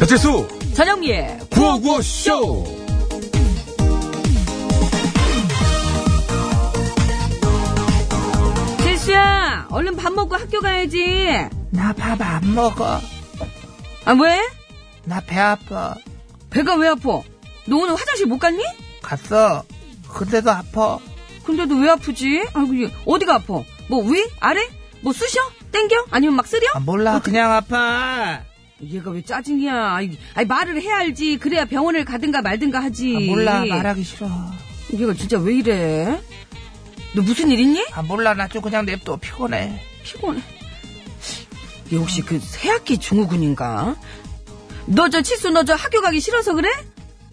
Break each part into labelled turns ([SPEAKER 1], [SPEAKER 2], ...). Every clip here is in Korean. [SPEAKER 1] 배치수
[SPEAKER 2] 전영미의
[SPEAKER 1] 구호구호쇼
[SPEAKER 2] 재수야 얼른 밥 먹고 학교 가야지
[SPEAKER 3] 나 밥 안 먹어.
[SPEAKER 2] 아 왜?
[SPEAKER 3] 나 배 아파.
[SPEAKER 2] 배가 왜 아파? 너 오늘 화장실 못 갔니?
[SPEAKER 3] 갔어. 근데도 아파.
[SPEAKER 2] 근데도 왜 아프지? 아이고 이게 어디가 아파? 뭐 위? 아래? 뭐 쑤셔? 땡겨? 아니면 막 쓰려?
[SPEAKER 3] 아,
[SPEAKER 1] 어,
[SPEAKER 3] 몰라. 그냥 아파.
[SPEAKER 2] 얘가 왜 짜증이야? 아이, 아이, 말을 해야 알지. 그래야 병원을 가든가 말든가 하지.
[SPEAKER 3] 아, 몰라. 말하기 싫어.
[SPEAKER 2] 얘가 진짜 왜 이래? 너 무슨 일 있니?
[SPEAKER 3] 아, 몰라. 나 좀 그냥 냅둬. 피곤해.
[SPEAKER 2] 피곤해. 얘 혹시 그 새학기 중후군인가? 너 저 치수 너 저 학교 가기 싫어서 그래?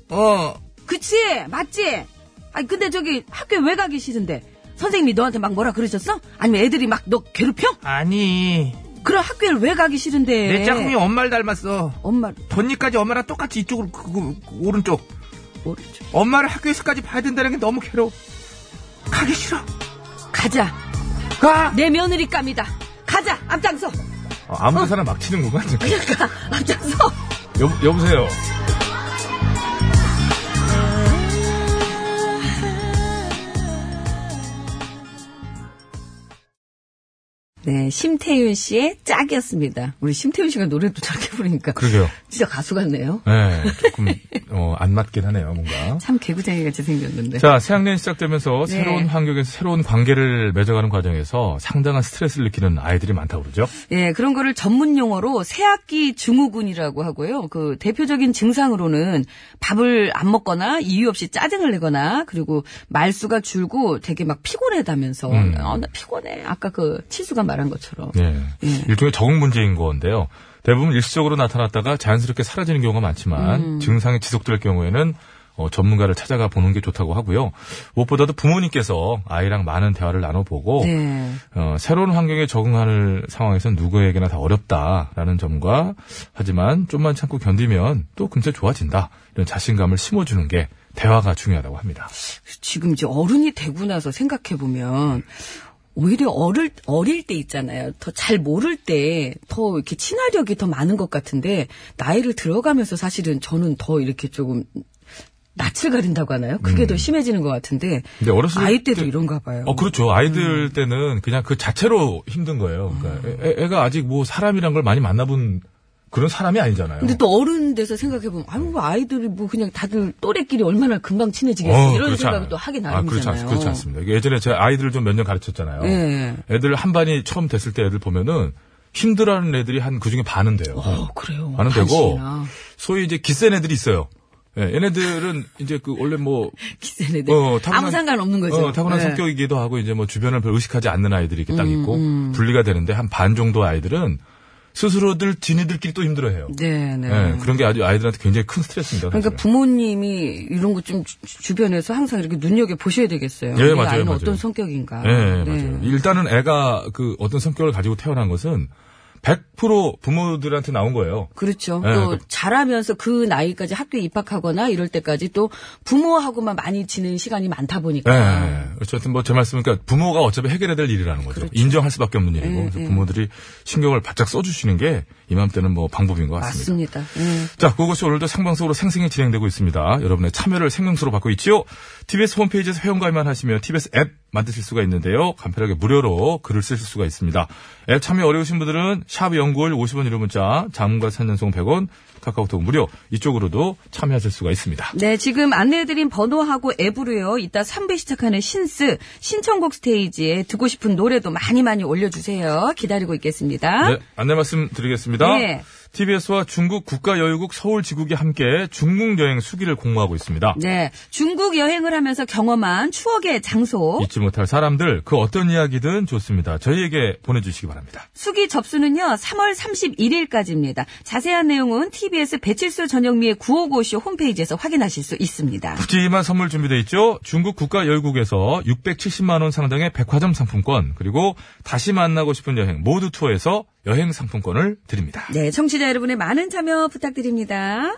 [SPEAKER 3] 어.
[SPEAKER 2] 그치 맞지? 아니 근데 저기 학교에 왜 가기 싫은데? 선생님이 너한테 막 뭐라 그러셨어? 아니면 애들이 막 너 괴롭혀?
[SPEAKER 3] 아니.
[SPEAKER 2] 그런 학교를 왜 가기 싫은데?
[SPEAKER 3] 내 짝꿍이 엄마를 닮았어.
[SPEAKER 2] 엄마
[SPEAKER 3] 돈니까지 엄마랑 똑같이 이쪽으로, 그, 그, 그, 오른쪽.
[SPEAKER 2] 모르죠.
[SPEAKER 3] 엄마를 학교에서까지 봐야 된다는 게 너무 괴로워. 가기 싫어.
[SPEAKER 2] 가자
[SPEAKER 3] 가!
[SPEAKER 2] 내 며느리 감이다. 가자 앞장서.
[SPEAKER 1] 어, 아무 사람 막 치는구만
[SPEAKER 2] 그냥 가 앞장서.
[SPEAKER 1] 여, 여보세요
[SPEAKER 2] 네, 심태윤 씨의 짝이었습니다. 우리 심태윤 씨가 노래도 저렇게 부르니까
[SPEAKER 1] 그러게요
[SPEAKER 2] 진짜 가수 같네요.
[SPEAKER 1] 네 조금 어, 안 맞긴 하네요 뭔가
[SPEAKER 2] 참 개구쟁이 같이 생겼는데.
[SPEAKER 1] 자, 새학년이 시작되면서
[SPEAKER 2] 네.
[SPEAKER 1] 새로운 환경에서 새로운 관계를 맺어가는 과정에서 상당한 스트레스를 느끼는 아이들이 많다고 그러죠.
[SPEAKER 2] 예, 그런 거를 전문 용어로 새학기 증후군이라고 하고요. 그 대표적인 증상으로는 밥을 안 먹거나 이유 없이 짜증을 내거나 그리고 말수가 줄고 되게 막 피곤하다면서
[SPEAKER 1] 음.
[SPEAKER 2] 아, 나 피곤해. 아까 그 치수가 말한 것처럼.
[SPEAKER 1] 예.
[SPEAKER 3] 네.
[SPEAKER 2] 예.
[SPEAKER 1] 일종의 적응 문제인 건데요. 대부분 일시적으로 나타났다가 자연스럽게 사라지는 경우가 많지만
[SPEAKER 3] 음.
[SPEAKER 1] 증상이 지속될 경우에는 어, 전문가를 찾아가 보는 게 좋다고 하고요. 무엇보다도 부모님께서 아이랑 많은 대화를 나눠보고
[SPEAKER 2] 네.
[SPEAKER 1] 어, 새로운 환경에 적응하는 상황에서 누구에게나 다 어렵다라는 점과 하지만 좀만 참고 견디면 또 금세 좋아진다 이런 자신감을 심어주는 게 대화가 중요하다고 합니다.
[SPEAKER 2] 지금 이제 어른이 되고 나서 생각해 보면 오히려 어릴 어릴 때 있잖아요. 더 잘 모를 때 더 이렇게 친화력이 더 많은 것 같은데 나이를 들어가면서 사실은 저는 더 이렇게 조금 낯을 가린다고 하나요? 그게 더 심해지는 것 같은데
[SPEAKER 1] 근데 음. 네, 어렸을
[SPEAKER 2] 아이 때도
[SPEAKER 1] 때-
[SPEAKER 2] 이런가 봐요. 음.
[SPEAKER 1] 어 그렇죠 아이들 때는 그냥 그 자체로 힘든 거예요. 그러니까 애, 가 아직 뭐 사람이란 걸 많이 만나본 그런 사람이 아니잖아요.
[SPEAKER 2] 근데 또 어른 돼서 생각해 보면 아유 뭐 아이들이 뭐 그냥 다들 또래끼리 얼마나 금방 친해지겠어
[SPEAKER 1] 어,
[SPEAKER 2] 이런
[SPEAKER 1] 그렇지
[SPEAKER 2] 생각을
[SPEAKER 1] 않아요.
[SPEAKER 2] 또 하긴
[SPEAKER 1] 아, 그렇지, 않,
[SPEAKER 2] 나름이잖아요.
[SPEAKER 1] 그렇지 않습니다. 이게 예전에 제가 아이들을 좀 몇 년 가르쳤잖아요.
[SPEAKER 2] 예.
[SPEAKER 1] 애들 한 반이 처음 됐을 때 애들 보면은 힘들어하는 애들이 한 그 중에 반은 돼요.
[SPEAKER 2] 어 그래요.
[SPEAKER 1] 반은 되고
[SPEAKER 2] 반씩이나.
[SPEAKER 1] 뭐 소위 이제 기센 애들이 있어요. 예, 얘네들은 이제 그 원래 뭐
[SPEAKER 2] 기센 애들
[SPEAKER 1] 어, 타고난-
[SPEAKER 2] 네, 아무 상관 없는 거죠.
[SPEAKER 1] 어, 타고난
[SPEAKER 2] 네. 음,
[SPEAKER 1] 성격이기도 하고 이제 뭐 주변을 별 의식하지 않는 아이들이 이렇게 딱 있고 분리가 되는데 한 반 정도 아이들은 스스로들 지네들끼리 또 힘들어해요.
[SPEAKER 2] 네, 네.
[SPEAKER 1] 예, 그런 게 아주 아이들한테 굉장히 큰 스트레스입니다.
[SPEAKER 2] 그러니까
[SPEAKER 1] 사실은.
[SPEAKER 2] 부모님이 이런 거 좀 주변에서 항상 이렇게 눈여겨 보셔야 되겠어요.
[SPEAKER 1] 예,
[SPEAKER 2] 이
[SPEAKER 1] 맞아요,
[SPEAKER 2] 아이는
[SPEAKER 1] 맞아요.
[SPEAKER 2] 어떤 성격인가.
[SPEAKER 1] 예, 예,
[SPEAKER 2] 네.
[SPEAKER 1] 맞아요. 일단은 애가 그 어떤 성격을 가지고 태어난 것은 100% 부모들한테 나온 거예요.
[SPEAKER 2] 그렇죠.
[SPEAKER 1] 예,
[SPEAKER 2] 또
[SPEAKER 1] 그러니까-
[SPEAKER 2] 자라면서 그 나이까지 학교에 입학하거나 이럴 때까지 또 부모하고만 많이 지낸 시간이 많다
[SPEAKER 1] 예,
[SPEAKER 2] 보니까.
[SPEAKER 1] 예. 어쨌든 뭐 제 말씀은 그러니까 부모가 어차피 해결해야 될 일이라는 거죠. 예, 인정할 수밖에 없는 일이고 그래서 부모들이 신경을 바짝 써주시는 게 이맘때는 뭐 방법인 것 같습니다.
[SPEAKER 2] 맞습니다. 예.
[SPEAKER 1] 자, 그것이 오늘도 생방송으로 생생히 진행되고 있습니다. 여러분의 참여를 생명수로 받고 있지요. TBS 홈페이지에서 회원가입만 하시면 TBS 앱 만드실 수가 있는데요. 간편하게 무료로 글을 쓰실 수가 있습니다. 앱 참여 어려우신 분들은 샵 연구월 50원 유료 문자, 장문과 산년송 100원, 카카오톡 무료 이쪽으로도 참여하실 수가 있습니다.
[SPEAKER 2] 네, 지금 안내해드린 번호하고 앱으로요, 이따 3배 시작하는 신스, 신청곡 스테이지에 듣고 싶은 노래도 많이 많이 올려주세요. 기다리고 있겠습니다.
[SPEAKER 1] 네, 안내 말씀 드리겠습니다.
[SPEAKER 2] 네.
[SPEAKER 1] TBS와 중국 국가여유국 서울지국이 함께 중국 여행 수기를 공모하고 있습니다.
[SPEAKER 2] 네, 중국 여행을 하면서 경험한 추억의 장소.
[SPEAKER 1] 잊지 못할 사람들, 그 어떤 이야기든 좋습니다. 저희에게 보내주시기 바랍니다.
[SPEAKER 2] 수기 접수는요, 3월 31일까지입니다. 자세한 내용은 TBS 배칠수 전영미의 955쇼 홈페이지에서 확인하실 수 있습니다.
[SPEAKER 1] 푸짐한 선물 준비되어 있죠. 중국 국가 열국에서 670만 원 상당의 백화점 상품권 그리고 다시 만나고 싶은 여행 모두 투어에서 여행 상품권을 드립니다.
[SPEAKER 2] 네, 청취자 여러분의 많은 참여 부탁드립니다.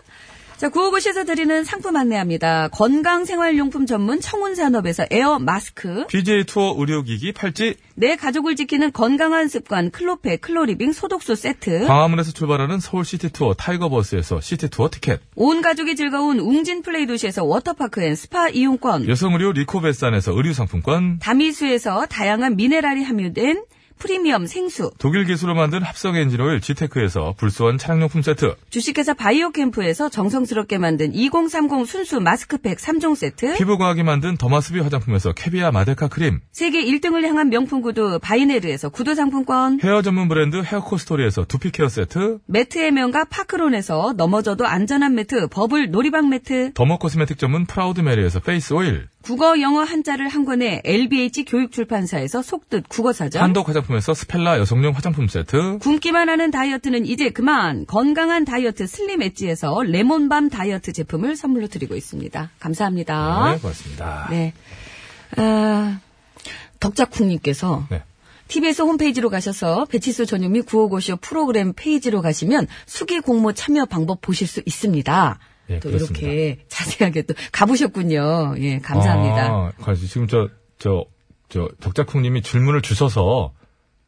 [SPEAKER 2] 자, 구호고시에서 드리는 상품 안내합니다. 건강생활용품 전문 청운산업에서 에어 마스크,
[SPEAKER 1] BJ 투어 의료기기 팔찌,
[SPEAKER 2] 내 가족을 지키는 건강한 습관 클로페 클로리빙 소독소 세트,
[SPEAKER 1] 광화문에서 출발하는 서울 시티 투어 타이거버스에서 시티 투어 티켓,
[SPEAKER 2] 온 가족이 즐거운 웅진 플레이 도시에서 워터파크 앤 스파 이용권,
[SPEAKER 1] 여성 의류 리코베산에서 의류 상품권,
[SPEAKER 2] 다미수에서 다양한 미네랄이 함유된 프리미엄 생수,
[SPEAKER 1] 독일 기술로 만든 합성 엔진 오일 지테크에서 불소원 차량용품 세트,
[SPEAKER 2] 주식회사 바이오캠프에서 정성스럽게 만든 2030 순수 마스크팩 3종 세트,
[SPEAKER 1] 피부과학이 만든 더마스비 화장품에서 캐비아 마데카 크림,
[SPEAKER 2] 세계 1등을 향한 명품 구두 바이네르에서 구두 상품권,
[SPEAKER 1] 헤어 전문 브랜드 헤어코스토리에서 두피케어 세트,
[SPEAKER 2] 매트의 명가 파크론에서 넘어져도 안전한 매트 버블 놀이방 매트,
[SPEAKER 1] 더머 코스메틱 전문 프라우드메리에서 페이스 오일,
[SPEAKER 2] 국어 영어 한자를 한 권에 LBH 교육출판사에서 속뜻 국어사전
[SPEAKER 1] 한독 화장품에서 스펠라 여성용 화장품 세트
[SPEAKER 2] 굶기만 하는 다이어트는 이제 그만 건강한 다이어트 슬림 엣지에서 레몬밤 다이어트 제품을 선물로 드리고 있습니다. 감사합니다.
[SPEAKER 1] 네, 고맙습니다.
[SPEAKER 2] 네. 아, 덕자쿵님께서
[SPEAKER 1] 네.
[SPEAKER 2] TBS 홈페이지로 가셔서 배치수 전유미 구호고쇼 프로그램 페이지로 가시면 수기 공모 참여 방법 보실 수 있습니다.
[SPEAKER 1] 예,
[SPEAKER 2] 또
[SPEAKER 1] 그렇습니다.
[SPEAKER 2] 이렇게 자세하게 또 가보셨군요. 예, 감사합니다.
[SPEAKER 1] 아, 그래서 지금 저, 저, 저, 덕자쿵님이 질문을 주셔서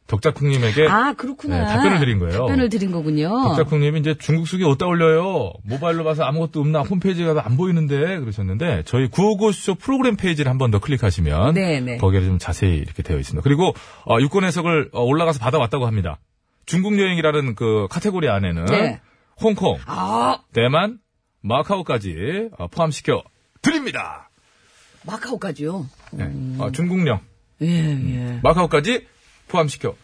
[SPEAKER 1] 덕자쿵님에게
[SPEAKER 2] 아, 그렇구나.
[SPEAKER 1] 네, 답변을 드린 거예요.
[SPEAKER 2] 답변을 드린 거군요.
[SPEAKER 1] 덕자쿵님이 이제 중국 숙이 어디다 올려요? 모바일로 봐서 아무것도 없나? 홈페이지 가도 안 보이는데? 그러셨는데 저희 구호고쇼 프로그램 페이지를 한 번 더 클릭하시면
[SPEAKER 2] 네네.
[SPEAKER 1] 거기에 좀 자세히 이렇게 되어 있습니다. 그리고 어, 유권 해석을 어, 올라가서 받아왔다고 합니다. 중국 여행이라는 그 카테고리 안에는
[SPEAKER 2] 네.
[SPEAKER 1] 홍콩,
[SPEAKER 2] 아,
[SPEAKER 1] 대만, 마카오까지 어, 포함시켜 드립니다.
[SPEAKER 2] 마카오까지요.
[SPEAKER 1] 네.
[SPEAKER 2] 음.
[SPEAKER 1] 어, 중국령
[SPEAKER 2] 예, 예.
[SPEAKER 1] 마카오까지 포함시켜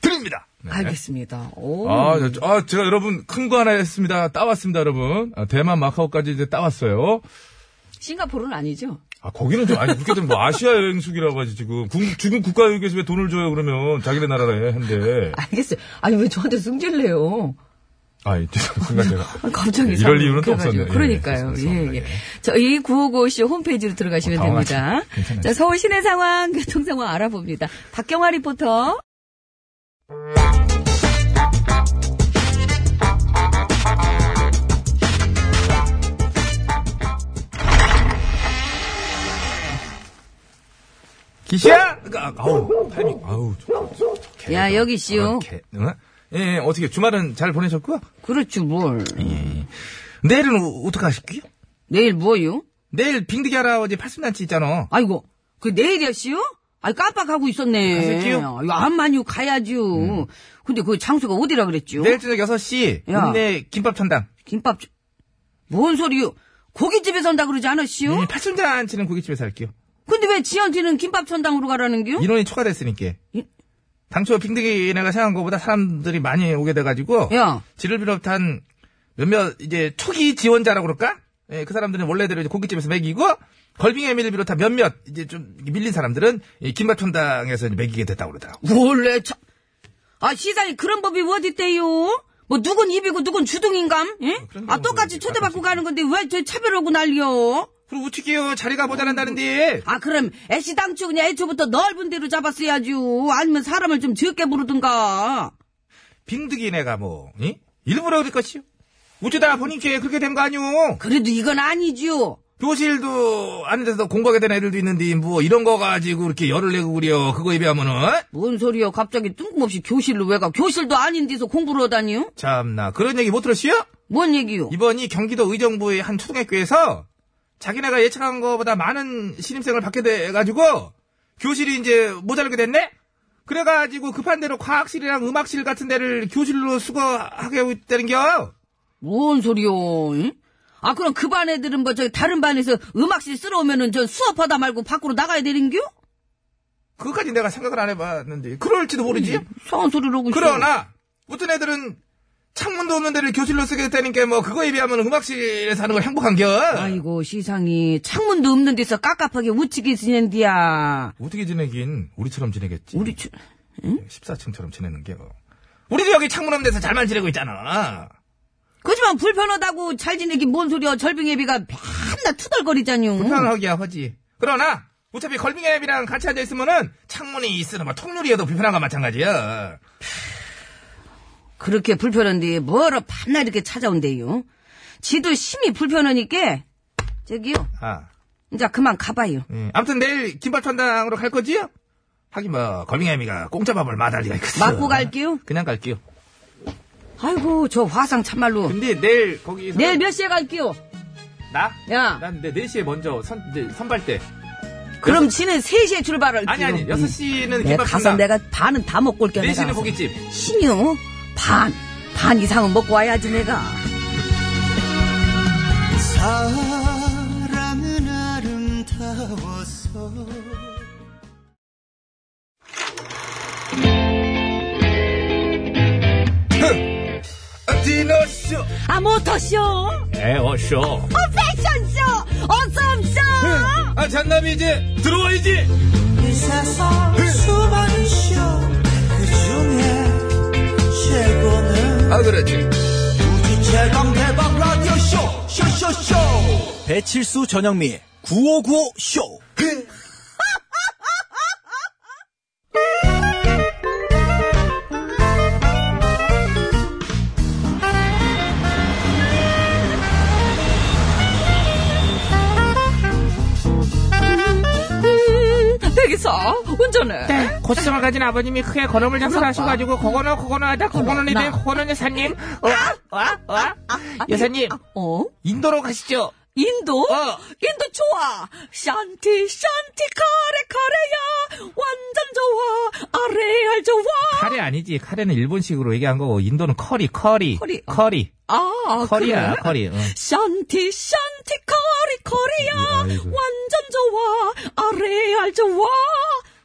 [SPEAKER 1] 드립니다. 네.
[SPEAKER 2] 알겠습니다. 오.
[SPEAKER 1] 아, 저- 아, 제가 여러분 큰 거 하나 했습니다. 따왔습니다, 여러분. 아, 대만 마카오까지 이제 따왔어요.
[SPEAKER 2] 싱가포르는 아니죠?
[SPEAKER 1] 아, 거기는 좀 아니 그렇게 되면 뭐 아시아 여행숙이라고 하지 지금 국- 중국 국가여행에서 왜 돈을 줘요 그러면 자기네 나라에 한데.
[SPEAKER 2] 알겠어요. 아니, 왜 저한테 승질내요?
[SPEAKER 1] 아, 이 순간 제가
[SPEAKER 2] 아, 갑자기.
[SPEAKER 1] 네, 이럴
[SPEAKER 2] 상황이
[SPEAKER 1] 이유는 또
[SPEAKER 2] 그래가지고.
[SPEAKER 1] 없었네요. 예,
[SPEAKER 2] 그러니까요.
[SPEAKER 1] 죄송합니다.
[SPEAKER 2] 예, 예.
[SPEAKER 1] 예.
[SPEAKER 2] 저희 955씨 홈페이지로 들어가시면
[SPEAKER 1] 어, 당황하시네.
[SPEAKER 2] 됩니다.
[SPEAKER 1] 괜찮아요.
[SPEAKER 2] 자, 서울 시내 상황, 교통 상황 알아봅니다. 박경화 리포터.
[SPEAKER 1] 기시야! 아, 아우, 타이밍. 아우, 좋다. 개-
[SPEAKER 2] 야, 여기 씨요.
[SPEAKER 1] 아, 개- 응? 예, 예, 어떻게 주말은 잘 보내셨고요?
[SPEAKER 2] 그렇지, 뭘.
[SPEAKER 1] 예. 내일은 어- 어떡하실게요?
[SPEAKER 2] 내일 뭐요?
[SPEAKER 1] 내일 빙득이 할아버지 팔순잔치 있잖아.
[SPEAKER 2] 아이고, 그 내일이야, 씨요? 아이, 깜빡하고 있었네.
[SPEAKER 1] 가셨지요? 음.
[SPEAKER 2] 아이고, 안만요, 가야죠. 근데 그 장소가 어디라 그랬죠?
[SPEAKER 1] 내일 저녁 6시
[SPEAKER 2] 야.
[SPEAKER 1] 읍내 김밥 천당.
[SPEAKER 2] 김밥, 주- 뭔 소리요? 고깃집에서 한다 그러지 않았시요?
[SPEAKER 1] 음, 팔순잔치는 고깃집에서 할게요.
[SPEAKER 2] 근데 왜 지한테는 김밥 천당으로 가라는 겨?
[SPEAKER 1] 인원이 초과됐으니까.
[SPEAKER 2] 이-
[SPEAKER 1] 당초 빙득이 내가 생각한 것보다 사람들이 많이 오게 돼가지고
[SPEAKER 2] 야,
[SPEAKER 1] 지를 비롯한 몇몇 이제 초기 지원자라고 그럴까? 예, 그 사람들은 원래대로 이제 고깃집에서 먹이고 걸빙 애미를 비롯한 몇몇 이제 좀 밀린 사람들은 이 김밥 천당에서 이제 먹이게 됐다고 그러더라고.
[SPEAKER 2] 원래 참. 아, 시장에 그런 법이 어딨대요? 뭐, 누군 입이고, 누군 주둥인감? 예?
[SPEAKER 1] 그런
[SPEAKER 2] 아,
[SPEAKER 1] 경우도
[SPEAKER 2] 똑같이
[SPEAKER 1] 있지,
[SPEAKER 2] 초대받고 가는 건데, 왜 저 차별하고 난리여?
[SPEAKER 1] 그리고 우측이요 자리가 모자란다는데
[SPEAKER 2] 아, 그럼, 애시 당초 그냥 애초부터 넓은 데로 잡았어야죠. 아니면 사람을 좀 적게 부르든가.
[SPEAKER 1] 빙득이 내가 뭐 이? 일부러 그럴 것이요. 우주다 보니께 그렇게 된 거 아니오.
[SPEAKER 2] 그래도 이건 아니지요.
[SPEAKER 1] 교실도 안 돼서 공부하게 된 애들도 있는데 뭐 이런 거 가지고 이렇게 열을 내고 그래요. 그거에 비하면은
[SPEAKER 2] 뭔 소리여, 갑자기 뜬금없이 교실로 왜 가? 교실도 아닌 데서 공부를 하다니요?
[SPEAKER 1] 참나 그런 얘기 못 들었어요?
[SPEAKER 2] 뭔 얘기요?
[SPEAKER 1] 이번이 경기도 의정부의 한 초등학교에서 자기네가 예측한 것보다 많은 신입생을 받게 돼가지고 교실이 이제 모자르게 됐네? 그래가지고 급한 대로 과학실이랑 음악실 같은 데를 교실로 수거하게 하고 있다는겨.
[SPEAKER 2] 뭔 소리요? 응? 아 그럼 그 반 애들은 뭐 저기 다른 반에서 음악실 쓸어오면은 전 수업하다 말고 밖으로 나가야 되는겨?
[SPEAKER 1] 그것까지 내가 생각을 안 해봤는데 그럴지도 모르지.
[SPEAKER 2] 이상한 소리를 하고 있어.
[SPEAKER 1] 그러나 어떤 애들은 창문도 없는 데를 교실로 쓰게 됐다니까 뭐 그거에 비하면 음악실에 사는 걸 행복한겨.
[SPEAKER 2] 아이고 세상에 창문도 없는 데서 깝깝하게 우찌게 지낸디야.
[SPEAKER 1] 어떻게 지내긴 우리처럼 지내겠지.
[SPEAKER 2] 우리 주...
[SPEAKER 1] 14층처럼 지내는 게. 뭐. 우리도 여기 창문 없는 데서 잘만 지내고 있잖아.
[SPEAKER 2] 그지만 불편하다고 잘 지내긴 뭔 소리야? 절빙애비가 맨날 투덜거리잖요.
[SPEAKER 1] 불편하기야 허지. 그러나 어차피 걸빙앱이랑 같이 앉아 있으면은 창문이 있으나 뭐 통유리여도 불편한 거 마찬가지야.
[SPEAKER 2] 그렇게 불편한데 뭐로 반날 이렇게 찾아온대요? 지도 심히 불편하니까 저기요.
[SPEAKER 3] 아.
[SPEAKER 2] 이제 그만 가봐요.
[SPEAKER 3] 예. 아무튼 내일 김밥 천당으로 갈 거지요? 하긴 뭐 거빙애미가 공짜 밥을 맛할 리가 있겠어.
[SPEAKER 2] 맞고 갈게요.
[SPEAKER 3] 그냥 갈게요.
[SPEAKER 2] 아이고 저 화상 참말로.
[SPEAKER 3] 근데 내일 거기
[SPEAKER 2] 내일 몇 시에 갈게요?
[SPEAKER 3] 나?
[SPEAKER 2] 야.
[SPEAKER 3] 난내 4시에 먼저 선, 이제 선발 때.
[SPEAKER 2] 그럼 지는 3시에 출발할게요.
[SPEAKER 3] 아니 아니
[SPEAKER 2] 내가 음.
[SPEAKER 3] 6시는 김밥
[SPEAKER 2] 네, 가서
[SPEAKER 3] 천당.
[SPEAKER 2] 내가 반은 다 먹고 올게.
[SPEAKER 3] 4시는 고깃집.
[SPEAKER 2] 신용 반. 반 이상은 먹고 와야지 내가.
[SPEAKER 4] 사랑은 아름다워서
[SPEAKER 3] 디너쇼.
[SPEAKER 2] 아 모터쇼.
[SPEAKER 3] 에어쇼.
[SPEAKER 2] 어, 패션쇼. 어썸쇼.
[SPEAKER 3] 아 잔남이 이제 들어와야지.
[SPEAKER 4] 이 세상 수많은 쇼그 중에 최고는
[SPEAKER 3] 아 그렇지.
[SPEAKER 4] 우주 최강 대박 라디오 쇼 쇼쇼쇼 배칠수 전영미 9595 쇼.
[SPEAKER 2] 네. 댁에서 운전해.
[SPEAKER 5] 네, 고수성을 가진 아버님이 크게 건어물 장사를 하셔가지고 거거너 거거너
[SPEAKER 3] 어,
[SPEAKER 5] 하다 거거너 이대 거거너 여사님 와와와 여사님
[SPEAKER 2] 어?
[SPEAKER 5] 인도로 가시죠
[SPEAKER 2] 인도?
[SPEAKER 5] 어.
[SPEAKER 2] 인도 좋아. 샨티 샨티 카레 카레야. 완전 좋아. 아레알 좋아.
[SPEAKER 3] 카레 아니지. 카레는 일본식으로 얘기한 거고 인도는 커리 커리
[SPEAKER 2] 커리.
[SPEAKER 3] 커리
[SPEAKER 2] 아
[SPEAKER 3] 커리야
[SPEAKER 2] 그래?
[SPEAKER 3] 커리. 응.
[SPEAKER 2] 샨티 샨티 카레 카레야.
[SPEAKER 3] 아이고.
[SPEAKER 2] 완전 좋아. 아레알 좋아.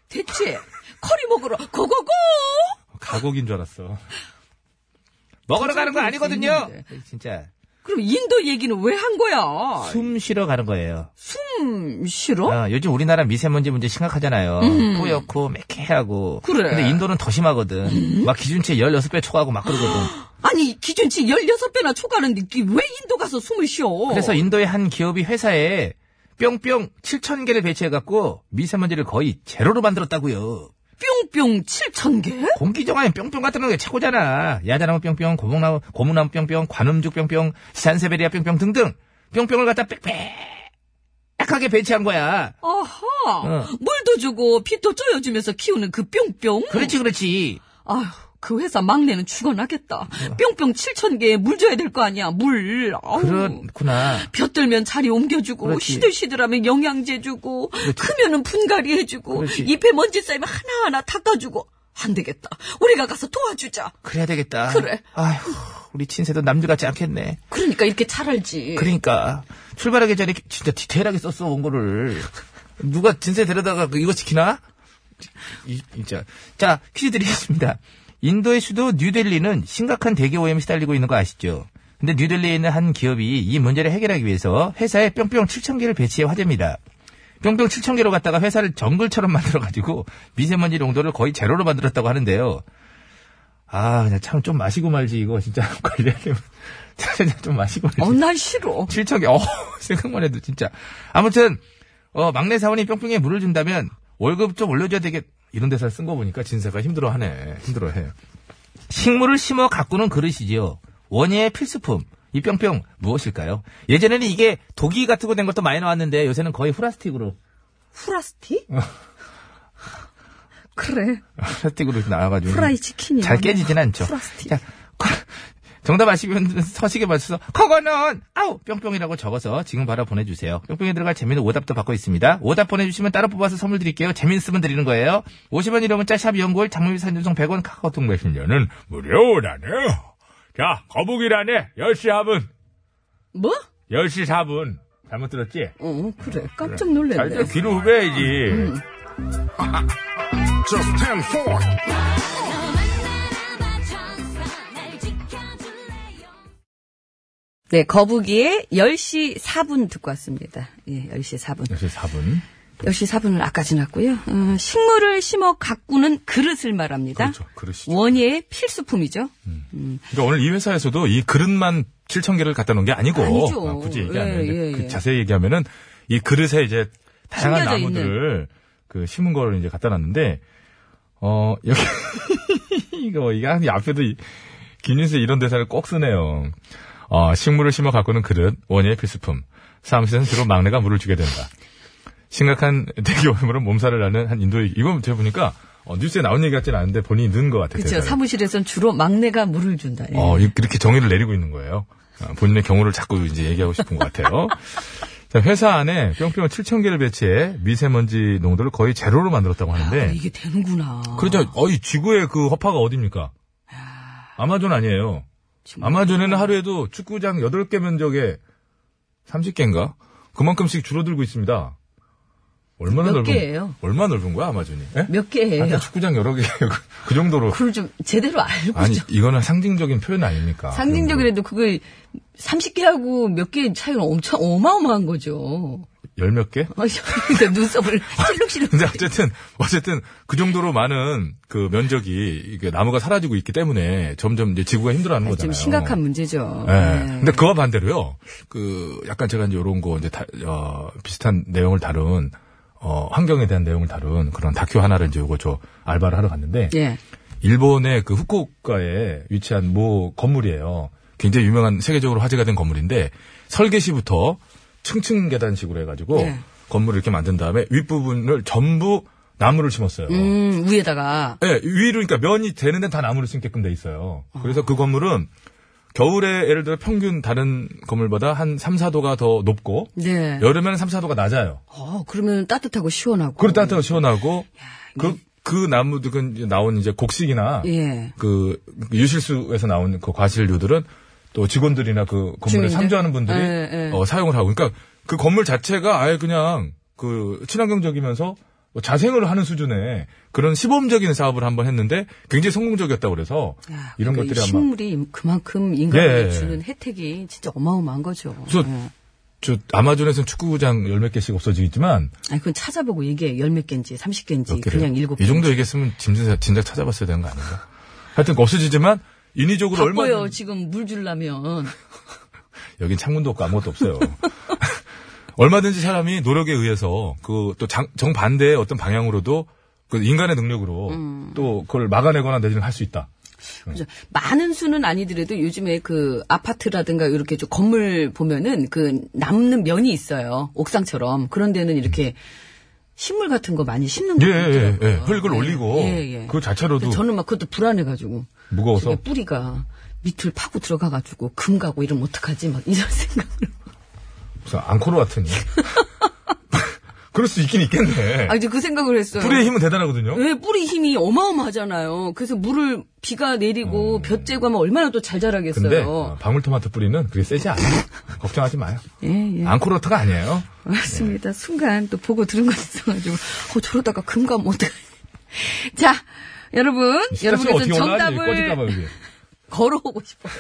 [SPEAKER 2] 대체 커리 먹으러 고고고.
[SPEAKER 1] 가곡인 줄 알았어.
[SPEAKER 3] 먹으러 가는 거 아니거든요.
[SPEAKER 2] 재밌는데.
[SPEAKER 3] 진짜
[SPEAKER 2] 그럼 인도 얘기는 왜 한 거야?
[SPEAKER 3] 숨 쉬러 가는 거예요.
[SPEAKER 2] 숨 싫어? 음.
[SPEAKER 3] 어, 요즘 우리나라 미세먼지 문제 심각하잖아요. 뿌옇고 매캐하고.
[SPEAKER 2] 그래. 음?
[SPEAKER 3] 근데 인도는 더 심하거든. 막 기준치 16배 초과하고 막 그러거든.
[SPEAKER 2] 아니 기준치 16배나 초과하는데 이게 왜 인도 가서 숨을 쉬어?
[SPEAKER 3] 그래서 인도의 한 기업이 회사에 뿅뿅 7천 개를 배치해갖고 미세먼지를 거의 제로로 만들었다고요.
[SPEAKER 2] 뿅뿅 7천 개?
[SPEAKER 3] 공기정화에 뿅뿅 같은 게 최고잖아. 야자나무 뿅뿅, 고목나무, 고무나무 뿅뿅, 관음죽 뿅뿅, 산세베리아 뿅뿅 등등. 뿅뿅을 갖다 빽빽하게 배치한 거야.
[SPEAKER 2] 아하.
[SPEAKER 3] 어.
[SPEAKER 2] 물도 주고 빛도 쪼여주면서 키우는 그 뿅뿅.
[SPEAKER 3] 그렇지, 그렇지.
[SPEAKER 2] 아휴, 그 회사 막내는 죽어나겠다. 뿅뿅 7천 개에 물 줘야 될 거 아니야. 물. 아우.
[SPEAKER 3] 그렇구나.
[SPEAKER 2] 벼들면 자리 옮겨주고
[SPEAKER 3] 그렇지.
[SPEAKER 2] 시들시들하면 영양제 주고 크면은 분갈이 해주고
[SPEAKER 3] 그렇지.
[SPEAKER 2] 잎에 먼지 쌓이면 하나하나 닦아주고 안 되겠다. 우리가 가서 도와주자.
[SPEAKER 3] 그래야 되겠다.
[SPEAKER 2] 그래.
[SPEAKER 3] 아휴, 우리 친세도 남들 같지 않겠네.
[SPEAKER 2] 그러니까 이렇게 잘알지.
[SPEAKER 3] 그러니까 출발하기 전에 진짜 디테일하게 썼어 원고를. 누가 진세 데려다가 그 이거 시키나? 이- 진짜. 자 퀴즈 드리겠습니다. 인도의 수도 뉴델리는 심각한 대기 오염에 시달리고 있는 거 아시죠? 근데 뉴델리에 있는 한 기업이 이 문제를 해결하기 위해서 회사에 뿅뿅 7천 개를 배치해 화제입니다. 뿅뿅 7천 개로 갔다가 회사를 정글처럼 만들어가지고 미세먼지 농도를 거의 제로로 만들었다고 하는데요. 아, 그냥 참 좀 마시고 말지 이거 진짜 관리하려면 그냥 좀 마시고 말지.
[SPEAKER 2] 어, 난 싫어.
[SPEAKER 3] 실적이 어 생각만 해도 진짜 아무튼 어, 막내 사원이 뿅뿅에 물을 준다면 월급 좀 올려줘야 되겠 이런 데서 쓴 거 보니까 진세가 힘들어하네 힘들어해 식물을 심어 가꾸는 그릇이지요 원예의 필수품 이 뿅뿅 무엇일까요 예전에는 이게 도기 같은 거 된 것도 많이 나왔는데 요새는 거의 플라스틱으로
[SPEAKER 2] 후라스틱?
[SPEAKER 1] 어.
[SPEAKER 2] 그래.
[SPEAKER 3] 플라스틱으로 나와가지고
[SPEAKER 2] 후라이 네, 치킨이.
[SPEAKER 3] 잘 깨지진 않죠
[SPEAKER 2] 플라스틱.
[SPEAKER 3] 자, 거- 정답 아시면 서식에 맞춰서 그거는 아우 뿅뿅이라고 적어서 지금 바로 보내주세요. 뿅뿅에 들어갈 재미는 오답도 받고 있습니다. 오답 보내주시면 따로 뽑아서 선물 드릴게요. 재미있으면 드리는 거예요. 50원 1호 문자 샵 연골 장모비 산전송 100원 카카오톡 메신저는
[SPEAKER 1] 무료라네요. 음, 자, 거북이라네. 10시 4분.
[SPEAKER 2] 뭐?
[SPEAKER 1] 10시 4분. 잘못 들었지?
[SPEAKER 2] 어, 그래. 깜짝
[SPEAKER 1] 잘
[SPEAKER 2] 놀랐네. 음.
[SPEAKER 1] 때 귀로 후배야지.
[SPEAKER 2] 네, 거북이의 10시 4분 듣고 왔습니다. 예, 10시 4분.
[SPEAKER 1] 10시 4분.
[SPEAKER 2] 10시 4분을 아까 지났고요. 어, 식물을 심어 가꾸는 그릇을 말합니다.
[SPEAKER 1] 그렇죠. 그릇이죠.
[SPEAKER 2] 원예의 필수품이죠.
[SPEAKER 1] 그러니까 오늘 이 회사에서도 이 그릇만 7천 개를 갖다 놓은 게 아니고
[SPEAKER 2] 아니죠.
[SPEAKER 1] 아, 굳이 얘기
[SPEAKER 2] 예,
[SPEAKER 1] 안 하는데
[SPEAKER 2] 예,
[SPEAKER 1] 그
[SPEAKER 2] 예.
[SPEAKER 1] 자세히 얘기하면은 이 그릇에 이제 다양한
[SPEAKER 2] 숨겨져
[SPEAKER 1] 나무들을 그 심은 거를 이제 갖다 놨는데 어 여기 뭐 이거 이거 앞에도 이- 김윤수 이런 대사를 꼭 쓰네요. 어, 식물을 심어 가꾸는 그릇, 원예의 필수품. 사무실에서는 주로 막내가 물을 주게 된다. 심각한 대기오염으로 몸살을 앓는 한 인도인. 이건 제가 보니까 어, 뉴스에 나온 얘기 같지는 않은데 본인이 넣은 것 같아요.
[SPEAKER 2] 그렇죠. 사무실에선 주로 막내가 물을 준다. 예.
[SPEAKER 1] 어, 이- 그렇게 정의를 내리고 있는 거예요. 아, 본인의 경우를 자꾸 이제 얘기하고 싶은 것 같아요. 자, 회사 안에 뿅뿅 7천 개를 배치해 미세먼지 농도를 거의 제로로 만들었다고
[SPEAKER 2] 아,
[SPEAKER 1] 하는데.
[SPEAKER 2] 이게 되는구나.
[SPEAKER 1] 네. 그렇죠. 어이 지구의 그 허파가 어딥니까? 아마존 아니에요.
[SPEAKER 2] 음.
[SPEAKER 1] 아마존에는 하루에도 축구장 8개 면적에 30개인가? 그만큼씩 줄어들고 있습니다. 얼마나
[SPEAKER 2] 몇
[SPEAKER 1] 넓은
[SPEAKER 2] 개예요?
[SPEAKER 1] 얼마나 넓은 거야, 아마존이? 예?
[SPEAKER 2] 몇 개예요?
[SPEAKER 1] 아니, 축구장 여러 개. 그 정도로
[SPEAKER 2] 그걸 좀 제대로 알고
[SPEAKER 1] 아니,
[SPEAKER 2] 좀.
[SPEAKER 1] 이거는 상징적인 표현 아닙니까?
[SPEAKER 2] 상징적이라도 그걸 30개하고 몇 개의 차이가 엄청 어마어마한 거죠.
[SPEAKER 1] 열몇 개?
[SPEAKER 2] 어, 근데 눈썹을 실룩실룩. 아,
[SPEAKER 1] 근데 어쨌든 어쨌든 그 정도로 많은 그 면적이 이게 나무가 사라지고 있기 때문에 점점 이제 지구가 힘들어하는 거잖아요.
[SPEAKER 2] 좀 심각한 문제죠.
[SPEAKER 1] 예.
[SPEAKER 2] 네.
[SPEAKER 1] 근데 그와 반대로요. 그 약간 제가 이제 이런 거 이제 다, 어, 비슷한 내용을 다룬 어, 환경에 대한 내용을 다룬 그런 다큐 하나를 이제 요거 저 알바를 하러 갔는데
[SPEAKER 2] 예.
[SPEAKER 1] 일본의 그 후쿠오카에 위치한 모 건물이에요. 굉장히 유명한 세계적으로 화제가 된 건물인데 설계시부터 층층 계단식으로 해가지고
[SPEAKER 2] 네.
[SPEAKER 1] 건물을 이렇게 만든 다음에 윗부분을 전부 나무를 심었어요.
[SPEAKER 2] 음, 위에다가.
[SPEAKER 1] 예, 위로 그러니까 면이 되는 데는 다 나무를 심게끔 돼 있어요.
[SPEAKER 2] 아.
[SPEAKER 1] 그래서 그 건물은 겨울에 예를 들어 평균 다른 건물보다 한 3, 4도가 더 높고
[SPEAKER 2] 네.
[SPEAKER 1] 여름에는 3, 4도가 낮아요.
[SPEAKER 2] 어, 그러면 따뜻하고 시원하고.
[SPEAKER 1] 그리고 따뜻하고 시원하고 그, 그 나무들은 이제 나온 이제 곡식이나
[SPEAKER 2] 예.
[SPEAKER 1] 그 유실수에서 나온 그 과실류들은 또 직원들이나 그 건물에
[SPEAKER 2] 주민들?
[SPEAKER 1] 상주하는 분들이
[SPEAKER 2] 예, 예.
[SPEAKER 1] 어, 사용을 하고 그러니까 그 건물 자체가 아예 그냥 그 친환경적이면서 뭐 자생을 하는 수준의 그런 시범적인 사업을 한번 했는데 굉장히 성공적이었다고 그래서
[SPEAKER 2] 야,
[SPEAKER 1] 이런
[SPEAKER 2] 그러니까
[SPEAKER 1] 것들이
[SPEAKER 2] 이
[SPEAKER 1] 아마
[SPEAKER 2] 식물이 그만큼 인간에게
[SPEAKER 1] 예.
[SPEAKER 2] 주는 혜택이 진짜 어마어마한 거죠.
[SPEAKER 1] 그래서-
[SPEAKER 2] 예.
[SPEAKER 1] 저 아마존에서는 축구장 열 몇 개씩 없어지겠지만
[SPEAKER 2] 아니, 그건 찾아보고 얘기해. 열 몇 개인지, 삼십
[SPEAKER 1] 몇
[SPEAKER 2] 개인지,
[SPEAKER 1] 개를.
[SPEAKER 2] 그냥 일곱 개.
[SPEAKER 1] 이 정도 얘기했으면 짐작, 진작 찾아봤어야 되는 거 아닌가? 하여튼 없어지지만 인위적으로 얼마
[SPEAKER 2] 바빠요, 지금 물 주려면.
[SPEAKER 1] 여긴 창문도 없고 아무것도 없어요. 얼마든지 사람이 노력에 의해서 그 또 정반대의 어떤 방향으로도 그 인간의 능력으로
[SPEAKER 2] 음.
[SPEAKER 1] 또 그걸 막아내거나 내지는 할 수 있다.
[SPEAKER 2] 그죠. 많은 수는 아니더라도 요즘에 그 아파트라든가 이렇게 좀 건물 보면은 그 남는 면이 있어요. 옥상처럼. 그런 데는 이렇게 식물 같은 거 많이 심는
[SPEAKER 1] 예,
[SPEAKER 2] 거
[SPEAKER 1] 예, 예.
[SPEAKER 2] 있더라고요.
[SPEAKER 1] 흙을
[SPEAKER 2] 예.
[SPEAKER 1] 올리고
[SPEAKER 2] 예, 예.
[SPEAKER 1] 그 자체로도
[SPEAKER 2] 저는 막 그것도 불안해가지고.
[SPEAKER 1] 무거워서
[SPEAKER 2] 저게 뿌리가 밑을 파고 들어가가지고 금 가고 이러면 어떡하지? 막 이런 생각을.
[SPEAKER 1] 무슨 앙코르 같으니. 그럴 수 있긴 있겠네.
[SPEAKER 2] 아, 이제 그 생각을 했어요.
[SPEAKER 1] 뿌리의 힘은 대단하거든요.
[SPEAKER 2] 왜 뿌리 힘이 어마어마하잖아요. 그래서 물을 비가 내리고 볕 제거하면 얼마나 또 잘 자라겠어요.
[SPEAKER 1] 어. 근데 어, 방울토마토 뿌리는 그게 세지 않아요. 걱정하지 마요.
[SPEAKER 2] 예, 예.
[SPEAKER 1] 앙코르트가 아니에요.
[SPEAKER 2] 맞습니다.
[SPEAKER 1] 네.
[SPEAKER 2] 순간 또 보고 들은 거 있어가지고, 어, 저러다가 금감 어떡하지. 자, 여러분,
[SPEAKER 1] 스트레스가 어떻게
[SPEAKER 2] 여러분께서
[SPEAKER 1] 올라가지? 꺼질까봐
[SPEAKER 2] 정답을
[SPEAKER 1] 여기.
[SPEAKER 2] 걸어오고 싶어요.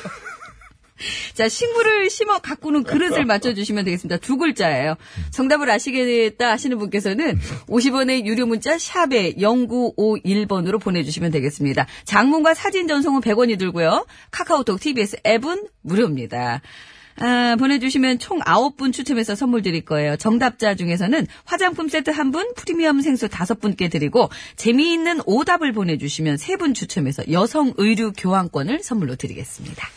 [SPEAKER 2] 자, 식물을 심어 가꾸는 그릇을 맞춰주시면 되겠습니다. 두 글자예요. 정답을 아시겠다 하시는 분께서는 50원의 유료 문자 샵에 0951번으로 보내주시면 되겠습니다. 장문과 사진 전송은 100원이 들고요. 카카오톡, TBS 앱은 무료입니다. 아, 보내주시면 총 9분 추첨해서 선물 드릴 거예요. 정답자 중에서는 화장품 세트 1분, 프리미엄 생수 5분께 드리고, 재미있는 오답을 보내주시면 3분 추첨해서 여성 의류 교환권을 선물로 드리겠습니다.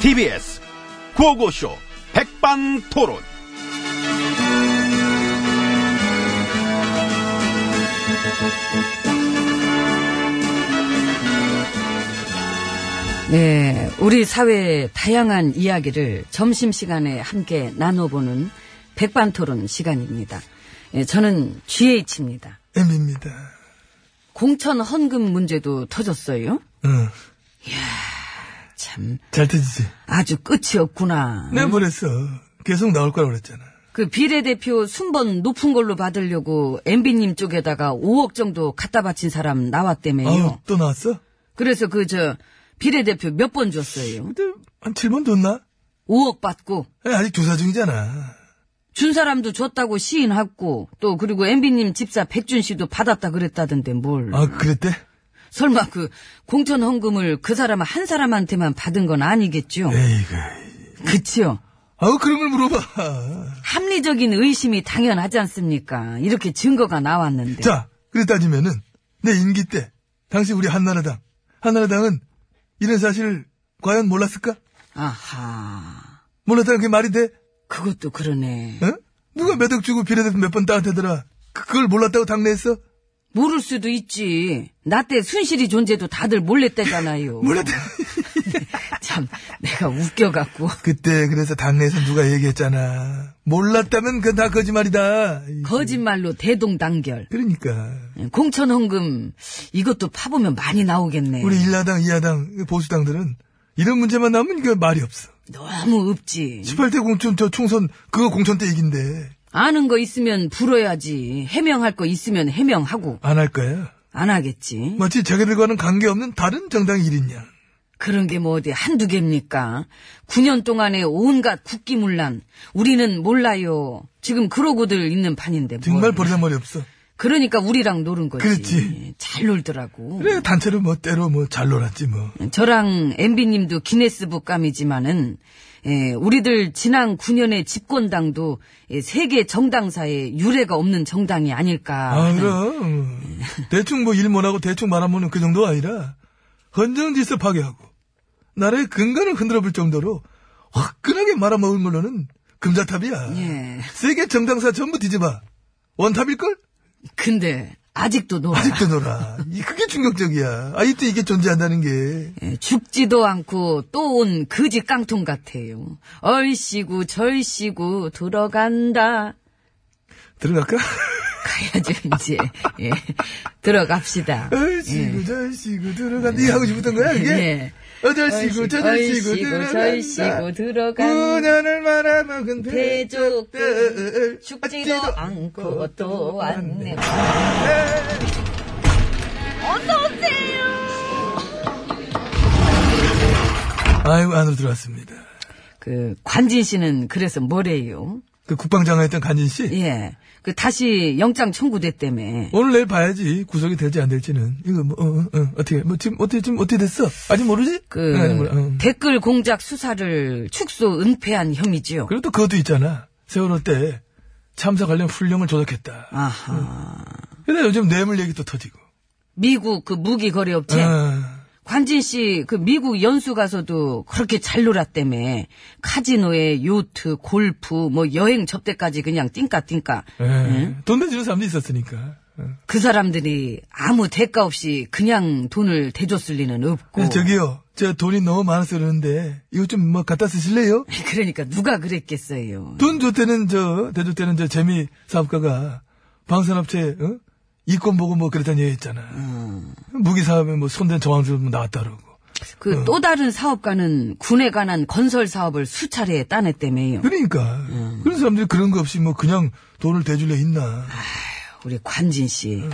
[SPEAKER 6] TBS 구호고쇼 백반토론.
[SPEAKER 2] 네, 우리 사회의 다양한 이야기를 점심시간에 함께 나눠보는 백반토론 시간입니다. 예, 저는 GH입니다.
[SPEAKER 3] M입니다.
[SPEAKER 2] 공천 헌금 문제도 터졌어요.
[SPEAKER 3] 응.
[SPEAKER 2] 참,
[SPEAKER 3] 네. 잘 터지지?
[SPEAKER 2] 아주 끝이 없구나.
[SPEAKER 3] 내가 보냈어. 계속 나올 거라고 그랬잖아.
[SPEAKER 2] 그 비례대표 순번 높은 걸로 받으려고 MB님 쪽에다가 5억 정도 갖다 바친 사람
[SPEAKER 3] 아우,
[SPEAKER 2] 나왔다며요.
[SPEAKER 3] 또 나왔어?
[SPEAKER 2] 그래서 그, 저, 비례대표 몇 번 줬어요?
[SPEAKER 3] 근데 한 7번 줬나?
[SPEAKER 2] 5억 받고,
[SPEAKER 3] 야, 아직 조사 중이잖아.
[SPEAKER 2] 준 사람도 줬다고 시인하고, 또 그리고 MB님 집사 백준 씨도 받았다 그랬다던데 뭘.
[SPEAKER 3] 아, 그랬대?
[SPEAKER 2] 설마 그 공천 헌금을 그 사람 한 사람한테만 받은 건 아니겠죠?
[SPEAKER 3] 에이그.
[SPEAKER 2] 그치요?
[SPEAKER 3] 아우 그런 걸 물어봐.
[SPEAKER 2] 합리적인 의심이 당연하지 않습니까? 이렇게 증거가 나왔는데.
[SPEAKER 7] 자, 그래 따지면은 내 임기 때 당시 우리 한나라당, 한나라당은 이런 사실을 과연 몰랐을까?
[SPEAKER 2] 아하.
[SPEAKER 7] 몰랐다는 게 말이 돼?
[SPEAKER 2] 그것도 그러네.
[SPEAKER 7] 어? 누가 몇 억 주고 비례대표 몇 번 따한테더라. 그걸 몰랐다고 당내했어?
[SPEAKER 2] 모를 수도 있지. 나 때 순실이 존재도 다들 몰랐다잖아요.
[SPEAKER 7] 몰랐다.
[SPEAKER 2] 참, 내가 웃겨갖고.
[SPEAKER 7] 그때 그래서 당내에서 누가 얘기했잖아. 몰랐다면 그건 다 거짓말이다. 이-
[SPEAKER 2] 네, 거짓말로 대동단결.
[SPEAKER 7] 그러니까
[SPEAKER 2] 공천헌금, 이것도 파보면 많이 나오겠네.
[SPEAKER 7] 우리 일야당, 이야당, 보수당들은 이런 문제만 나오면 이거 말이 없어.
[SPEAKER 2] 너무 없지.
[SPEAKER 7] 18대 공천 저 총선 그거 공천 때 얘긴데
[SPEAKER 2] 아는 거 있으면 불어야지. 해명할 거 있으면 해명하고.
[SPEAKER 7] 안 할 거야.
[SPEAKER 2] 안 하겠지.
[SPEAKER 7] 마치 자기들과는 관계없는 다른 정당 일인냐.
[SPEAKER 2] 그런 게 뭐 어디 한두 개입니까? 9년 동안의 온갖 국기문란. 우리는 몰라요. 지금 그러고들 있는 판인데. 뭘.
[SPEAKER 7] 정말 버리장머리 없어.
[SPEAKER 2] 그러니까 우리랑 노는 거지.
[SPEAKER 7] 그렇지.
[SPEAKER 2] 잘 놀더라고.
[SPEAKER 7] 그래 단체로 뭐 때로 뭐 잘 놀았지 뭐.
[SPEAKER 2] 저랑 MB님도 기네스북 감이지만은 예, 우리들 지난 9년의 집권당도 예, 세계 정당사에 유례가 없는 정당이 아닐까. 네. 예.
[SPEAKER 7] 아
[SPEAKER 2] 하는
[SPEAKER 7] 그럼 대충 뭐 일 못하고 대충 말하면 그 정도 아니라 헌정질서 파괴하고 나라의 근간을 흔들어볼 정도로 화끈하게 말아먹을 물론은 금자탑이야.
[SPEAKER 2] 예.
[SPEAKER 7] 세계 정당사 전부 뒤집어. 원탑일걸?
[SPEAKER 2] 근데 아직도 놀아.
[SPEAKER 7] 아직도 놀아. 이 그게 충격적이야. 아직도 이게 존재한다는 게.
[SPEAKER 2] 예, 죽지도 않고 또 온 거지 깡통 같아요. 얼씨구 절씨구 들어간다.
[SPEAKER 7] 들어갈까?
[SPEAKER 2] 가야죠 이제. 예, 들어갑시다.
[SPEAKER 7] 얼씨구 절씨구 들어간다. 이 하고 싶었던 거야 이게?
[SPEAKER 2] 예.
[SPEAKER 7] 예. 어절씨구 저절씨구 들어간다.
[SPEAKER 2] 절씨구 들어간다.
[SPEAKER 7] 9년을 말아먹은
[SPEAKER 2] 대조들
[SPEAKER 7] 아, 대족들
[SPEAKER 2] 죽지도 않고 또
[SPEAKER 7] 아,
[SPEAKER 2] 왔네.
[SPEAKER 7] 아이고 안으로 들어왔습니다.
[SPEAKER 2] 그 관진 씨는 그래서 뭐래요?
[SPEAKER 7] 그 국방장관했던 간진 씨
[SPEAKER 2] 예. 그 다시 영장 청구됐다며.
[SPEAKER 7] 오늘 내일 봐야지 구속이 될지 안 될지는 이거 뭐 어, 어, 어, 떻게뭐 지금 어떻게 지금 어떻게 됐어? 아직 모르지?
[SPEAKER 2] 그
[SPEAKER 7] 아직 몰라. 어.
[SPEAKER 2] 댓글 공작 수사를 축소 은폐한 혐의지요.
[SPEAKER 7] 그리고 또 그것도 있잖아. 세월호 때 참사 관련 훈령을 조작했다. 음.
[SPEAKER 2] 아하.
[SPEAKER 7] 근데 요즘 뇌물 얘기 또 터지고.
[SPEAKER 2] 미국 그 무기 거래 업체
[SPEAKER 7] 아,
[SPEAKER 2] 관진 씨 그 미국 연수 가서도 그렇게 잘 놀았다며 카지노에 요트, 골프, 뭐 여행 접대까지 그냥 띵까띵까.
[SPEAKER 7] 예. 돈 내주는 사람도 있었으니까. 어.
[SPEAKER 2] 그 사람들이 아무 대가 없이 그냥 돈을 대줬을 리는 없고.
[SPEAKER 7] 그 저기요, 저 돈이 너무 많아서 그러는데 이거 좀 뭐 갖다 쓰실래요?
[SPEAKER 2] 그러니까 누가 그랬겠어요.
[SPEAKER 7] 돈 줄 때는 저 대줄 때는 저 재미 사업가가 방산업체 어? 이권 보고 뭐 그랬다는 얘기 했잖아. 무기 사업에 뭐 손댄 저항주 뭐 나왔다 그러고.
[SPEAKER 2] 그 또 다른 사업가는 군에 관한 건설 사업을 수차례 따냈다며요.
[SPEAKER 7] 그러니까 그런 사람들이 그런 거 없이 뭐 그냥 돈을 대줄래 있나?
[SPEAKER 2] 우리 관진 씨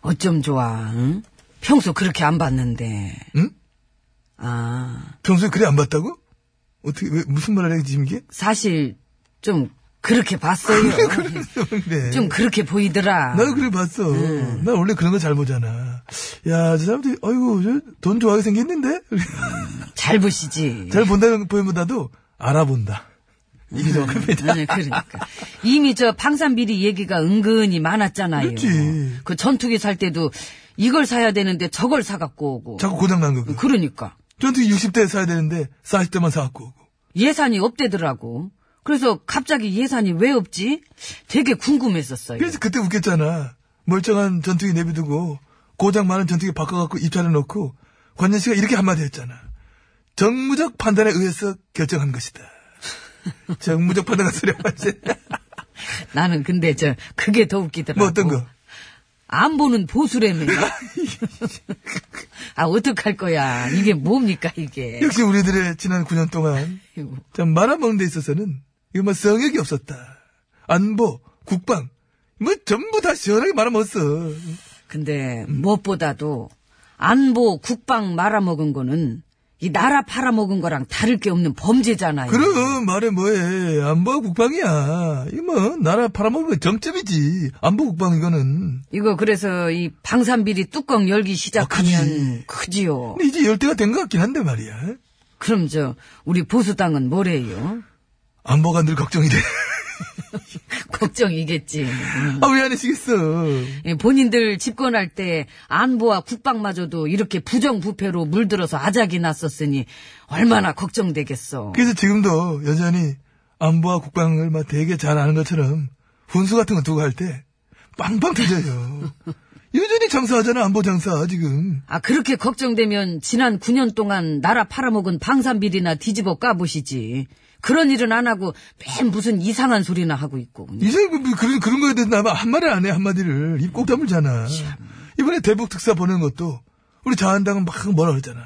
[SPEAKER 2] 어쩜 좋아. 응? 평소 그렇게 안 봤는데.
[SPEAKER 7] 응?
[SPEAKER 2] 아
[SPEAKER 7] 평소에 그래 안 봤다고? 어떻게 왜 무슨 말을 해 지금 이게?
[SPEAKER 2] 사실 좀 그렇게 봤어요.
[SPEAKER 7] 그래.
[SPEAKER 2] 좀 그렇게 보이더라.
[SPEAKER 7] 나도 그래 봤어. 나 원래 그런 거 잘 보잖아. 야, 저 사람들이, 아이고, 저 돈 좋아하게 생겼는데?
[SPEAKER 2] 잘 보시지.
[SPEAKER 7] 잘 본다는 표현보다도 알아본다. 이게 정확합니다.
[SPEAKER 2] 네, 그러니까. 이미 저 방산비리 얘기가 은근히 많았잖아요.
[SPEAKER 7] 그렇지.
[SPEAKER 2] 그 전투기 살 때도 이걸 사야 되는데 저걸 사갖고 오고.
[SPEAKER 7] 자꾸 고장난 거고.
[SPEAKER 2] 그러니까.
[SPEAKER 7] 전투기 60대에 사야 되는데, 40대만 사갖고 오고.
[SPEAKER 2] 예산이 없대더라고. 그래서 갑자기 예산이 왜 없지? 되게 궁금했었어요.
[SPEAKER 7] 그래서 그때 웃겼잖아. 멀쩡한 전투기 내비두고, 고장 많은 전투기 바꿔갖고 입찰해놓고, 관전 씨가 이렇게 한마디 했잖아. 정무적 판단에 의해서 결정한 것이다. 정무적 판단한 소리 하지.
[SPEAKER 2] 나는 근데 저 그게 더 웃기더라고.
[SPEAKER 7] 그 뭐 어떤 거?
[SPEAKER 2] 안 보는 보수라며. 아 어떡할 거야. 이게 뭡니까 이게.
[SPEAKER 7] 역시 우리들의 지난 9년 동안
[SPEAKER 2] 아이고.
[SPEAKER 7] 참 말아먹는 데 있어서는 이거 뭐 성역이 없었다. 안보, 국방 뭐 전부 다 시원하게 말아먹었어.
[SPEAKER 2] 근데 무엇보다도 안보 국방 말아먹은 거는 이 나라 팔아먹은 거랑 다를 게 없는 범죄잖아요.
[SPEAKER 7] 그럼 말해 뭐해. 안보 국방이야. 이거 뭐 나라 팔아먹은 거 정점이지. 안보 국방 이거는.
[SPEAKER 2] 이거 그래서 이 방산비리 뚜껑 열기
[SPEAKER 7] 아,
[SPEAKER 2] 시작하면 크지요.
[SPEAKER 7] 근데 이제 열대가 된 것 같긴 한데 말이야.
[SPEAKER 2] 그럼 저 우리 보수당은 뭐래요?
[SPEAKER 7] 안보가 늘 걱정이 돼.
[SPEAKER 2] 걱정이겠지. 음.
[SPEAKER 7] 아, 왜 안 하시겠어?
[SPEAKER 2] 예, 본인들 집권할 때 안보와 국방마저도 이렇게 부정부패로 물들어서 아작이 났었으니 얼마나 걱정되겠어.
[SPEAKER 7] 그래서 지금도 여전히 안보와 국방을 막 되게 잘 아는 것처럼 훈수 같은 거 두고 할 때 빵빵 터져요. 여전히 장사하잖아, 안보 장사, 지금.
[SPEAKER 2] 아 그렇게 걱정되면 지난 9년 동안 나라 팔아먹은 방산비리나 뒤집어 까보시지. 그런 일은 안 하고 맨 무슨 이상한 소리나 하고 있고. 그냥.
[SPEAKER 7] 이제 그, 뭐 그런, 그런 거에 대해서 아마 한마디를 안 해, 한마디를. 입 꼭 다물잖아. 이번에 대북 특사 보낸 것도 우리 자한당은 막 뭐라 그랬잖아.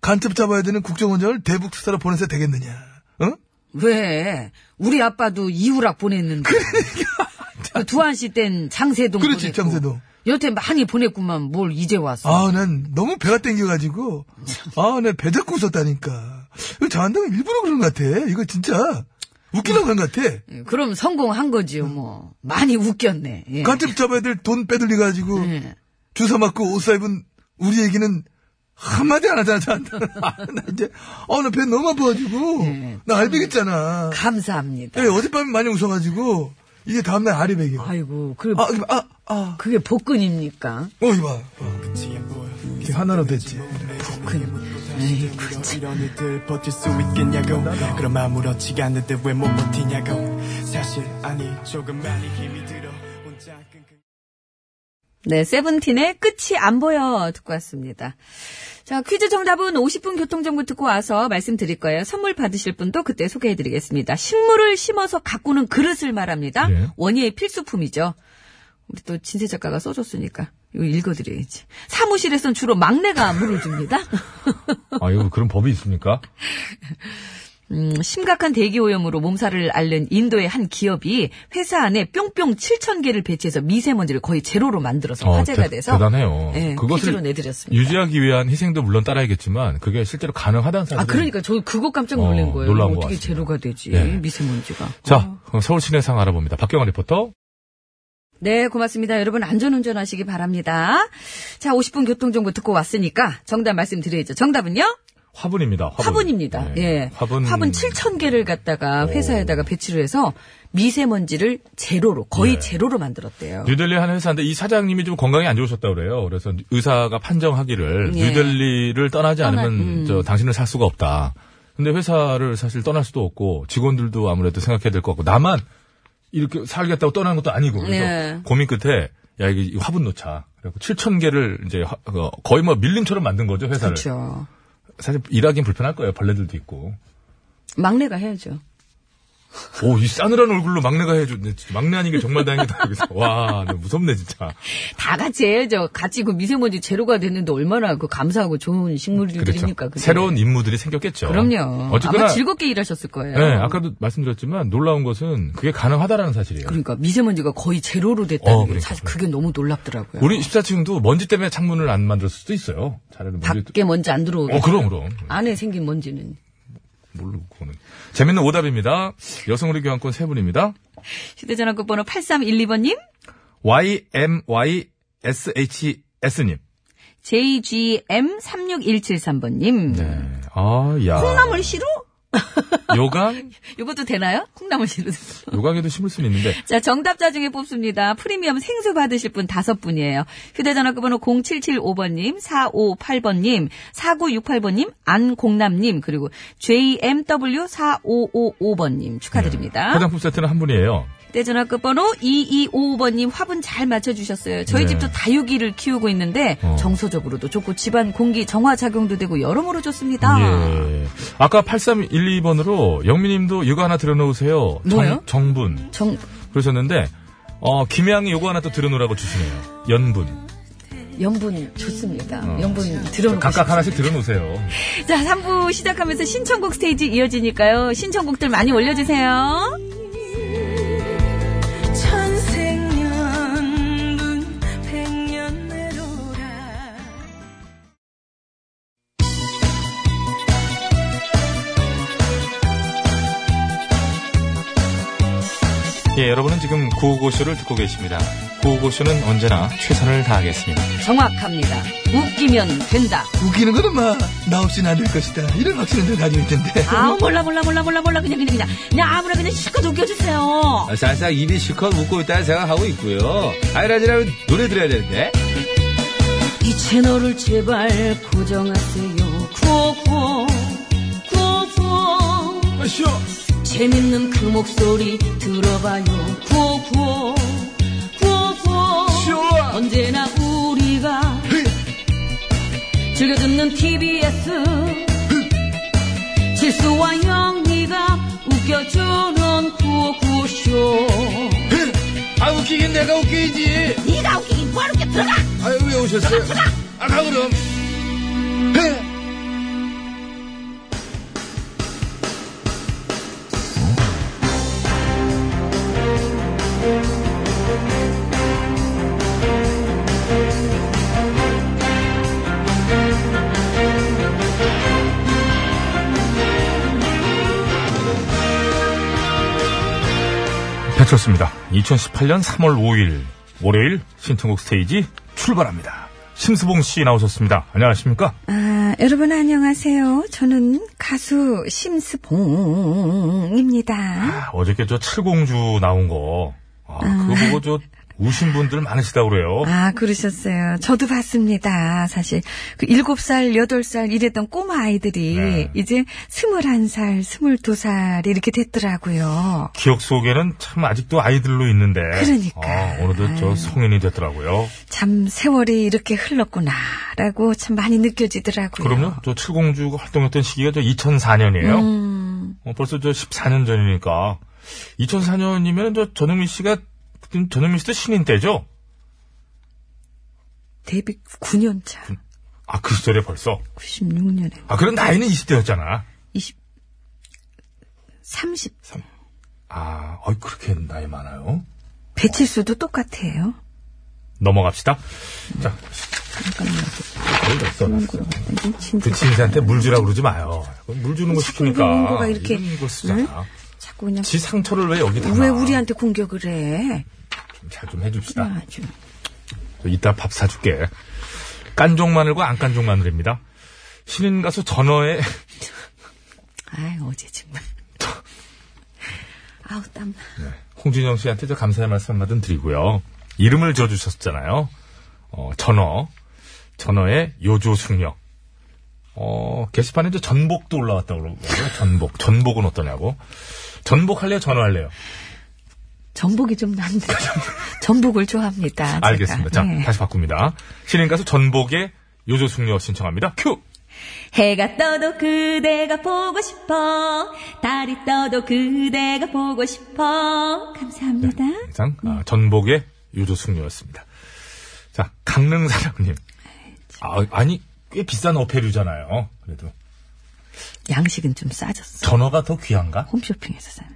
[SPEAKER 7] 간첩 잡아야 되는 국정원장을 대북 특사로 보내서 되겠느냐. 어?
[SPEAKER 2] 왜? 우리 아빠도 이후락 보냈는데. 그 두한 씨 땐 장세동
[SPEAKER 7] 그러니까. 그렇지,
[SPEAKER 2] 보냈고.
[SPEAKER 7] 장세동.
[SPEAKER 2] 여태 많이 보냈구만 뭘 이제 와서.
[SPEAKER 7] 아, 난 너무 배가 땡겨가지고. 아, 난배 잡고 웃었다니까. 이거 자한당은 일부러 그런 것 같아. 이거 진짜 웃기려고 한 것 같아.
[SPEAKER 2] 예, 그럼 성공한 거지요, 뭐. 많이 웃겼네. 예.
[SPEAKER 7] 간첩 잡아야 될 돈 빼돌려가지고
[SPEAKER 2] 예.
[SPEAKER 7] 주사 맞고 옷 사입은 우리 얘기는 한마디 안 하잖아, 자한당. 나 이제, 어, 나 배 너무 아파가지고.
[SPEAKER 2] 예.
[SPEAKER 7] 나 알배겠잖아.
[SPEAKER 2] 감사합니다.
[SPEAKER 7] 예, 어젯밤에 많이 웃어가지고, 이게 다음날 아리백이야.
[SPEAKER 2] 아이고, 그,
[SPEAKER 7] 아, 아, 아.
[SPEAKER 2] 그게 복근입니까?
[SPEAKER 7] 어, 이봐. 어. 이게 하나로 됐지.
[SPEAKER 2] 복근. 아이고, 참.
[SPEAKER 8] 뭐 이런 일들 버틸 수 있겠냐고 그럼 아무렇지 않은데 왜 못 버티냐고 사실 아니 조금 많이 힘이 들어 혼자 끙끙
[SPEAKER 2] 네, 세븐틴의 끝이 안 보여 듣고 왔습니다. 자, 퀴즈 정답은 50분 교통정보 듣고 와서 말씀드릴 거예요. 선물 받으실 분도 그때 소개해드리겠습니다. 식물을 심어서 가꾸는 그릇을 말합니다.
[SPEAKER 1] 예.
[SPEAKER 2] 원예의 필수품이죠. 우리 또 진세 작가가 써줬으니까 이거 읽어드려야지. 사무실에선 주로 막내가 물을 줍니다.
[SPEAKER 1] 아, 이거 그런 법이 있습니까?
[SPEAKER 2] 음, 심각한 대기 오염으로 몸살을 앓는 인도의 한 기업이 회사 안에 뿅뿅 7천 개를 배치해서 미세먼지를 거의 제로로 만들어서
[SPEAKER 1] 어,
[SPEAKER 2] 화제가
[SPEAKER 1] 대-
[SPEAKER 2] 돼서
[SPEAKER 1] 대단해요.
[SPEAKER 2] 예,
[SPEAKER 1] 그것을
[SPEAKER 2] 퀴즈로 내드렸습니다.
[SPEAKER 1] 유지하기 위한 희생도 물론 따라야겠지만 그게 실제로 가능하다는 사실.
[SPEAKER 2] 아, 그러니까 저 그거 깜짝 놀란
[SPEAKER 1] 네. 어,
[SPEAKER 2] 거예요.
[SPEAKER 1] 놀라운 것
[SPEAKER 2] 어떻게
[SPEAKER 1] 같습니다.
[SPEAKER 2] 제로가 되지?
[SPEAKER 1] 네.
[SPEAKER 2] 미세먼지가.
[SPEAKER 1] 자, 그럼 서울 시내 상 알아봅니다. 박경환 리포터.
[SPEAKER 2] 네, 고맙습니다. 여러분 안전 운전하시기 바랍니다. 자, 50분 교통 정보 듣고 왔으니까 정답 말씀드려야죠. 정답은요?
[SPEAKER 1] 화분입니다. 화분.
[SPEAKER 2] 화분입니다.
[SPEAKER 1] 네,
[SPEAKER 2] 예.
[SPEAKER 1] 화분.
[SPEAKER 2] 7,000개를 갖다가 회사에다가 배치를 해서 미세먼지를 제로로 거의
[SPEAKER 1] 네.
[SPEAKER 2] 제로로 만들었대요.
[SPEAKER 1] 뉴델리 한 회사인데 이 사장님이 좀 건강이 안 좋으셨다 그래요. 그래서 의사가 판정하기를
[SPEAKER 2] 예.
[SPEAKER 1] 뉴델리를 떠나지
[SPEAKER 2] 떠나-
[SPEAKER 1] 않으면
[SPEAKER 2] 음.
[SPEAKER 1] 저 당신을 살 수가 없다. 근데 회사를 사실 떠날 수도 없고 직원들도 아무래도 생각해야 될 것 같고 나만 이렇게 살겠다고 떠나는 것도 아니고 그래서
[SPEAKER 2] 네.
[SPEAKER 1] 고민 끝에 야 이게 이 화분 놓자. 그리고 7천 개를 이제 화- 어, 거의 뭐 밀림처럼 만든 거죠 회사를.
[SPEAKER 2] 그렇죠.
[SPEAKER 1] 사실 일하기는 불편할 거예요. 벌레들도 있고.
[SPEAKER 2] 막내가 해야죠.
[SPEAKER 1] 오 이 싸늘한 얼굴로 막내가 해줘. 막내 아닌 게 정말 다행이다. 그래서 와나 무섭네 진짜.
[SPEAKER 2] 다 같이 해야죠. 같이 그 미세먼지 제로가 됐는데 얼마나 그 감사하고 좋은 식물들이니까. 그러니까 그게.
[SPEAKER 1] 그렇죠. 새로운 임무들이 생겼겠죠.
[SPEAKER 2] 그럼요.
[SPEAKER 1] 어쨌거나
[SPEAKER 2] 아마 즐겁게 일하셨을 거예요.
[SPEAKER 1] 네, 아까도 말씀드렸지만 놀라운 것은 그게 가능하다라는 사실이에요.
[SPEAKER 2] 그러니까 미세먼지가 거의 제로로 됐다는
[SPEAKER 1] 어,
[SPEAKER 2] 게
[SPEAKER 1] 그러니까,
[SPEAKER 2] 사실
[SPEAKER 1] 그러니까.
[SPEAKER 2] 그게 너무 놀랍더라고요.
[SPEAKER 1] 우리 14층도 먼지 때문에 창문을 안 만들었을 수도 있어요. 차라리 먼지.
[SPEAKER 2] 밖에 먼지 안 들어오게.
[SPEAKER 1] 어, 그럼, 그럼.
[SPEAKER 2] 안에 생긴 먼지는
[SPEAKER 1] 모르고, 그거는. 재밌는 오답입니다. 여성우리 교환권 세 분입니다.
[SPEAKER 2] 휴대전화 끝번호 8312번님,
[SPEAKER 1] YMYSHS님.
[SPEAKER 2] JGM36173번님.
[SPEAKER 1] 네. 아, 야.
[SPEAKER 2] 콩나물 시루?
[SPEAKER 1] 요강?
[SPEAKER 2] 이것도 되나요? 콩나물 시루.
[SPEAKER 1] 요강에도 심을 수는 있는데.
[SPEAKER 2] 자, 정답자 중에 뽑습니다. 프리미엄 생수 받으실 분 다섯 분이에요. 휴대전화 끝번호 0775번님, 458번님, 4968번님, 안공남님, 그리고
[SPEAKER 1] 네.
[SPEAKER 2] JMW4555번님 축하드립니다.
[SPEAKER 1] 화장품 세트는 한 분이에요.
[SPEAKER 2] 휴대전화 끝번호 2255번님 화분 잘 맞춰주셨어요. 저희
[SPEAKER 1] 네.
[SPEAKER 2] 집도 다육이를 키우고 있는데
[SPEAKER 1] 어.
[SPEAKER 2] 정서적으로도 좋고 집안 공기 정화 작용도 되고 여러모로 좋습니다.
[SPEAKER 1] 예. 아까 8312번으로 영미님도 이거 하나 들여놓으세요. 정-
[SPEAKER 2] 뭐요?
[SPEAKER 1] 정분.
[SPEAKER 2] 정
[SPEAKER 1] 그러셨는데 어 김양이 요거 하나 또 들어놓으라고 주시네요. 연분.
[SPEAKER 2] 염분 좋습니다.
[SPEAKER 1] 어.
[SPEAKER 2] 염분 들어놓고
[SPEAKER 1] 각각
[SPEAKER 2] 싶습니다.
[SPEAKER 1] 하나씩 들어놓으세요.
[SPEAKER 2] 자, 3부 시작하면서 신청곡 스테이지 이어지니까요. 신청곡들 많이 올려주세요.
[SPEAKER 9] 천생연분 백년내로라
[SPEAKER 1] 예, 예, 여러분은 지금 구호고쇼를 듣고 계십니다. 구호고쇼는 언제나 최선을 다하겠습니다.
[SPEAKER 2] 정확합니다. 웃기면 된다.
[SPEAKER 7] 웃기는 건 엄마 나 없이는 안 될 것이다 이런 확신을 늘 가지고 있던데
[SPEAKER 2] 아우 몰라 몰라 몰라 몰라 몰라 그냥 그냥 그냥 그냥 아무나 그냥 실컷 웃겨주세요.
[SPEAKER 3] 살짝 입이 실컷 웃고 있다는 생각하고 있고요. 아이라지라면 노래 들어야 되는데.
[SPEAKER 2] 이 채널을 제발 고정하세요. 구호구호 구호구호 재밌는 그 목소리 들어봐요. 구호구호 구호구호 언제나 우리가 즐겨 듣는 TBS 실수와 영리가 웃겨주는 구호구호쇼
[SPEAKER 3] 아, 웃기긴 내가 웃기지.
[SPEAKER 2] 네가 웃기긴 뭐하러 이렇게 들어가
[SPEAKER 3] 아유, 왜 오셨어요? 아, 가 그럼.
[SPEAKER 1] 배철수입니다. 2018년 3월 5일 월요일 신청곡 스테이지 출발합니다. 심수봉 씨 나오셨습니다. 안녕하십니까?
[SPEAKER 9] 아, 여러분 안녕하세요. 저는 가수 심스봉입니다.
[SPEAKER 1] 아, 어저께 저 칠공주 나온 거 아, 그거 보고 저 우신 분들 많으시다고 그래요.
[SPEAKER 9] 아, 그러셨어요. 저도 봤습니다. 사실 그 7살, 8살 이랬던 꼬마 아이들이
[SPEAKER 1] 네.
[SPEAKER 9] 이제 21살, 22살 이렇게 됐더라고요.
[SPEAKER 1] 기억 속에는 참 아직도 아이들로 있는데
[SPEAKER 9] 그러니까.
[SPEAKER 1] 아, 어느덧 저 성인이 됐더라고요.
[SPEAKER 9] 참 세월이 이렇게 흘렀구나라고 참 많이 느껴지더라고요.
[SPEAKER 1] 그럼요. 저 칠공주가 활동했던 시기가 저 2004년이에요. 어,
[SPEAKER 9] 음,
[SPEAKER 1] 벌써 저 14년 전이니까 2004년이면 저 전영민 씨가 그땐 전영민 씨도 신인 때죠.
[SPEAKER 9] 데뷔 9년 차.
[SPEAKER 1] 아 그 시절에 벌써.
[SPEAKER 9] 96년에
[SPEAKER 1] 아 그런 나이는 20대였잖아.
[SPEAKER 9] 20 30
[SPEAKER 1] 아, 어이, 그렇게 나이 많아요?
[SPEAKER 9] 배치수도 똑같아요.
[SPEAKER 1] 넘어갑시다. 자, 뭘 써놨어요? 부친 인사한테 물 주라 그러지 마요. 물 주는 거
[SPEAKER 9] 자꾸
[SPEAKER 1] 시키니까.
[SPEAKER 9] 이런 거가 이렇게,
[SPEAKER 1] 이런 걸 쓰잖아.
[SPEAKER 9] 자꾸 그냥
[SPEAKER 1] 지 상처를 왜 여기 담아?
[SPEAKER 9] 왜 우리한테 공격을 해?
[SPEAKER 1] 잘좀 해줍시다.
[SPEAKER 9] 아주
[SPEAKER 1] 저 이따 밥 사줄게. 깐종 마늘과 안 깐종 마늘입니다. 신인 가수 전어의
[SPEAKER 9] 아 어제 정말 아우 땀
[SPEAKER 1] 홍진영 씨한테 저 감사의 말씀 한마디 드리고요. 이름을 지어주셨잖아요. 어, 전어. 전어의 요조숙녀. 어, 게시판에 저 전복도 올라왔다고 그러고요. 전복. 전복은 어떠냐고. 전복 할래요? 전어 할래요?
[SPEAKER 9] 전복이 좀 난데 전복을 좋아합니다. 제가.
[SPEAKER 1] 알겠습니다. 자,
[SPEAKER 9] 네.
[SPEAKER 1] 다시 바꿉니다. 신인가수 전복의 요조숙녀 신청합니다. 큐!
[SPEAKER 9] 해가 떠도 그대가 보고 싶어 달이 떠도 그대가 보고 싶어 감사합니다.
[SPEAKER 1] 이상, 아, 전복의 요조숙녀였습니다. 자, 강릉 사장님. 아, 아니, 꽤 비싼 어패류잖아요. 그래도.
[SPEAKER 2] 양식은 좀 싸졌어.
[SPEAKER 1] 전어가 더 귀한가?
[SPEAKER 2] 홈쇼핑에서 사는.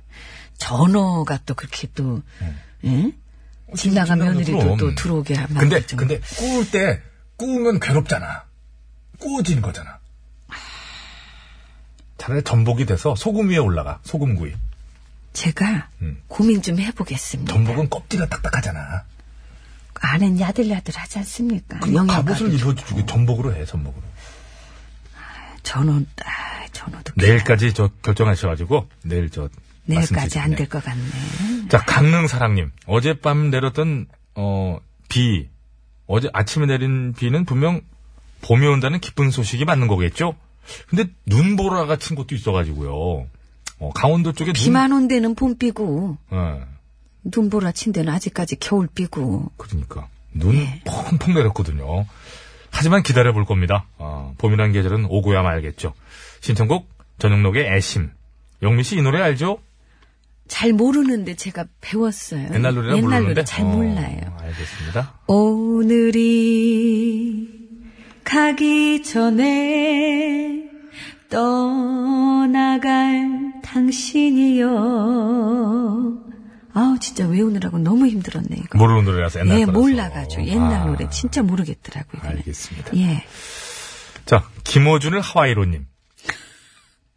[SPEAKER 2] 전어가 또 그렇게 또,
[SPEAKER 1] 네.
[SPEAKER 2] 응? 집 나간
[SPEAKER 1] 나가면
[SPEAKER 2] 며느리도
[SPEAKER 1] 그럼.
[SPEAKER 2] 또 들어오게 하면.
[SPEAKER 1] 어, 근데 근데 구울 때 구우면 괴롭잖아. 구워진 거잖아. 차라리 전복이 돼서 소금 위에 올라가 소금구이.
[SPEAKER 2] 제가
[SPEAKER 1] 음.
[SPEAKER 2] 고민 좀 해보겠습니다.
[SPEAKER 1] 전복은 껍질이 딱딱하잖아.
[SPEAKER 2] 안은 야들야들 하지 않습니까?
[SPEAKER 1] 그럼 갑옷을 입어주기 전복으로 해 전복으로.
[SPEAKER 2] 전어, 아, 전어도.
[SPEAKER 1] 내일까지 저 결정하셔가지고 내일 저
[SPEAKER 2] 내일까지 안
[SPEAKER 1] 말씀드릴게요.
[SPEAKER 2] 될것 같네.
[SPEAKER 1] 자 강릉 사랑님 어젯밤 내렸던 어비 어제 아침에 내린 비는 분명 봄이 온다는 기쁜 소식이 맞는 거겠죠? 근데 눈보라가 친 것도 있어가지고요. 어, 강원도 쪽에 눈-
[SPEAKER 2] 비만 온 데는 봄비고,
[SPEAKER 1] 예,
[SPEAKER 2] 눈보라 친 데는 아직까지 겨울비고,
[SPEAKER 1] 그러니까 눈
[SPEAKER 2] 네.
[SPEAKER 1] 펑펑 내렸거든요. 하지만 기다려볼 겁니다. 아, 봄이란 계절은 오고야 말겠죠. 신청곡 전용록의 애심. 영미 씨 이 노래 알죠?
[SPEAKER 2] 잘 모르는데 제가 배웠어요.
[SPEAKER 1] 옛날 노래라
[SPEAKER 2] 옛날
[SPEAKER 1] 모르는데
[SPEAKER 2] 노래 잘
[SPEAKER 1] 어,
[SPEAKER 2] 몰라요.
[SPEAKER 1] 알겠습니다.
[SPEAKER 2] 오늘이 가기 전에 떠나갈 당신이여. 아우, 진짜 외우느라고 너무 힘들었네, 이거.
[SPEAKER 1] 모르는 노래라서 옛날
[SPEAKER 2] 예,
[SPEAKER 1] 거라서.
[SPEAKER 2] 몰라가지고. 옛날
[SPEAKER 1] 아,
[SPEAKER 2] 노래 진짜 모르겠더라고요. 이거는.
[SPEAKER 1] 알겠습니다.
[SPEAKER 2] 예.
[SPEAKER 1] 자 김호준을 하와이로님.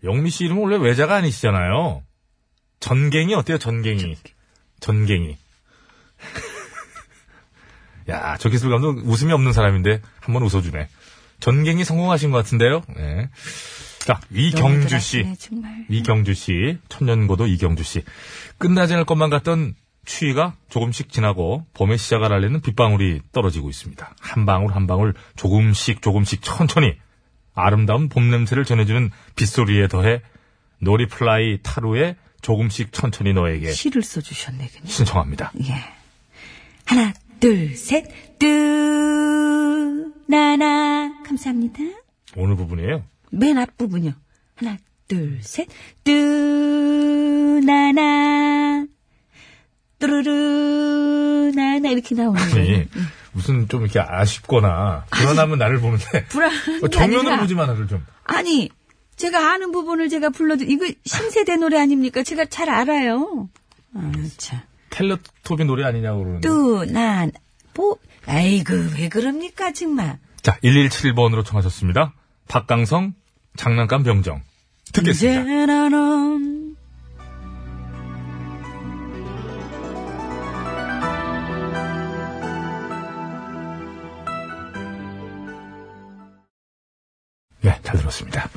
[SPEAKER 1] 영미 씨 이름은 원래 외자가 아니시잖아요. 전갱이 어때요? 전갱이. 전갱이. 야, 저기술 감독 웃음이 없는 사람인데 한 번 웃어주네. 전갱이 성공하신 것 같은데요. 네. 자, 이경주 씨.
[SPEAKER 2] 너무들 하시네, 정말.
[SPEAKER 1] 이경주 씨, 천년고도 이경주 씨. 끝나지 않을 것만 같던 추위가 조금씩 지나고 봄의 시작을 알리는 빗방울이 떨어지고 있습니다. 한 방울 한 방울 조금씩 조금씩 천천히 아름다운 봄 냄새를 전해주는 빗소리에 더해 놀이플라이 타루에 조금씩 천천히 너에게
[SPEAKER 10] 시를 써주셨네, 그냥.
[SPEAKER 1] 신청합니다.
[SPEAKER 2] 예. 하나, 둘, 셋, 뚜, 나나. 감사합니다.
[SPEAKER 1] 오늘 부분이에요.
[SPEAKER 10] 맨 앞부분이요.
[SPEAKER 2] 하나, 둘, 셋, 뚜, 나나. 뚜루루, 나나. 이렇게 나오는 거예요.
[SPEAKER 1] 아니, 어, 무슨 좀 이렇게 아쉽거나 불안하면 나를 보는데
[SPEAKER 2] 불안한 게
[SPEAKER 1] 어, 정면으로
[SPEAKER 2] 아니라.
[SPEAKER 1] 보지 마 나를 좀.
[SPEAKER 2] 아니, 제가 아는 부분을 제가 불러도, 이거 신세대 노래 아닙니까? 제가 잘 알아요.
[SPEAKER 10] 아, 참.
[SPEAKER 1] 텔레토비 노래 아니냐고 그러는데.
[SPEAKER 2] 뚜, 나, 뽀. 아이고, 뭐, 왜 그럽니까, 정말.
[SPEAKER 1] 자, 1171번으로 청하셨습니다. 박강성, 장난감 병정. 듣겠습니다.
[SPEAKER 2] 언제나 넌
[SPEAKER 1] 네, 잘 들었습니다.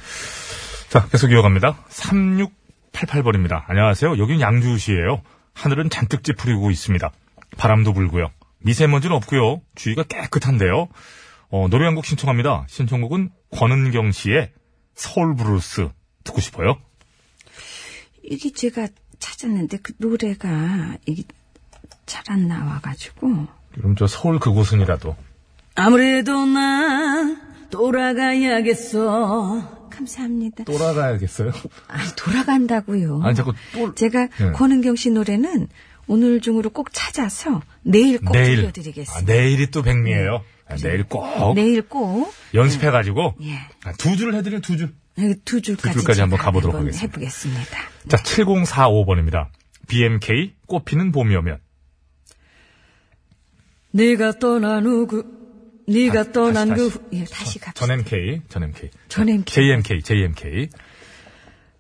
[SPEAKER 1] 자, 계속 이어갑니다. 3688번입니다. 안녕하세요. 여긴 양주시예요. 하늘은 잔뜩 찌푸리고 있습니다. 바람도 불고요. 미세먼지는 없고요. 주위가 깨끗한데요. 어, 노래 한 곡 신청합니다. 신청곡은 권은경 씨의 서울 브루스 듣고 싶어요.
[SPEAKER 2] 이게 제가 찾았는데 그 노래가 이게 잘 안 나와가지고
[SPEAKER 1] 그럼 저 서울 그곳은이라도
[SPEAKER 2] 아무래도 나 돌아가야겠어 감사합니다
[SPEAKER 1] 돌아가야겠어요.
[SPEAKER 2] 아니 돌아간다고요
[SPEAKER 1] 아니 자꾸 또
[SPEAKER 2] 제가
[SPEAKER 1] 네.
[SPEAKER 2] 권은경 씨 노래는 오늘 중으로 꼭 찾아서 내일 꼭
[SPEAKER 1] 내일 아,
[SPEAKER 2] 들려드리겠습니다
[SPEAKER 1] 내일이 또 백미예요. 아, 내일 꼭
[SPEAKER 2] 내일 꼭
[SPEAKER 1] 연습해가지고
[SPEAKER 2] 네. 예.
[SPEAKER 1] 아, 두 줄을 해드릴 두 줄.
[SPEAKER 2] 두 줄까지,
[SPEAKER 1] 두 줄까지 한번
[SPEAKER 2] 제가
[SPEAKER 1] 가보도록
[SPEAKER 2] 한번
[SPEAKER 1] 하겠습니다.
[SPEAKER 2] 해보겠습니다
[SPEAKER 1] 자, 7045번입니다. BMK 꽃피는 봄이 오면
[SPEAKER 2] 네가 떠난 후그 네가
[SPEAKER 1] 다- 다시,
[SPEAKER 2] 떠난 그
[SPEAKER 1] 다시.
[SPEAKER 2] 후- 예, 다시 갑시다
[SPEAKER 1] 전 MK, 전 MK,
[SPEAKER 2] 전 MK.
[SPEAKER 1] JMK, JMK.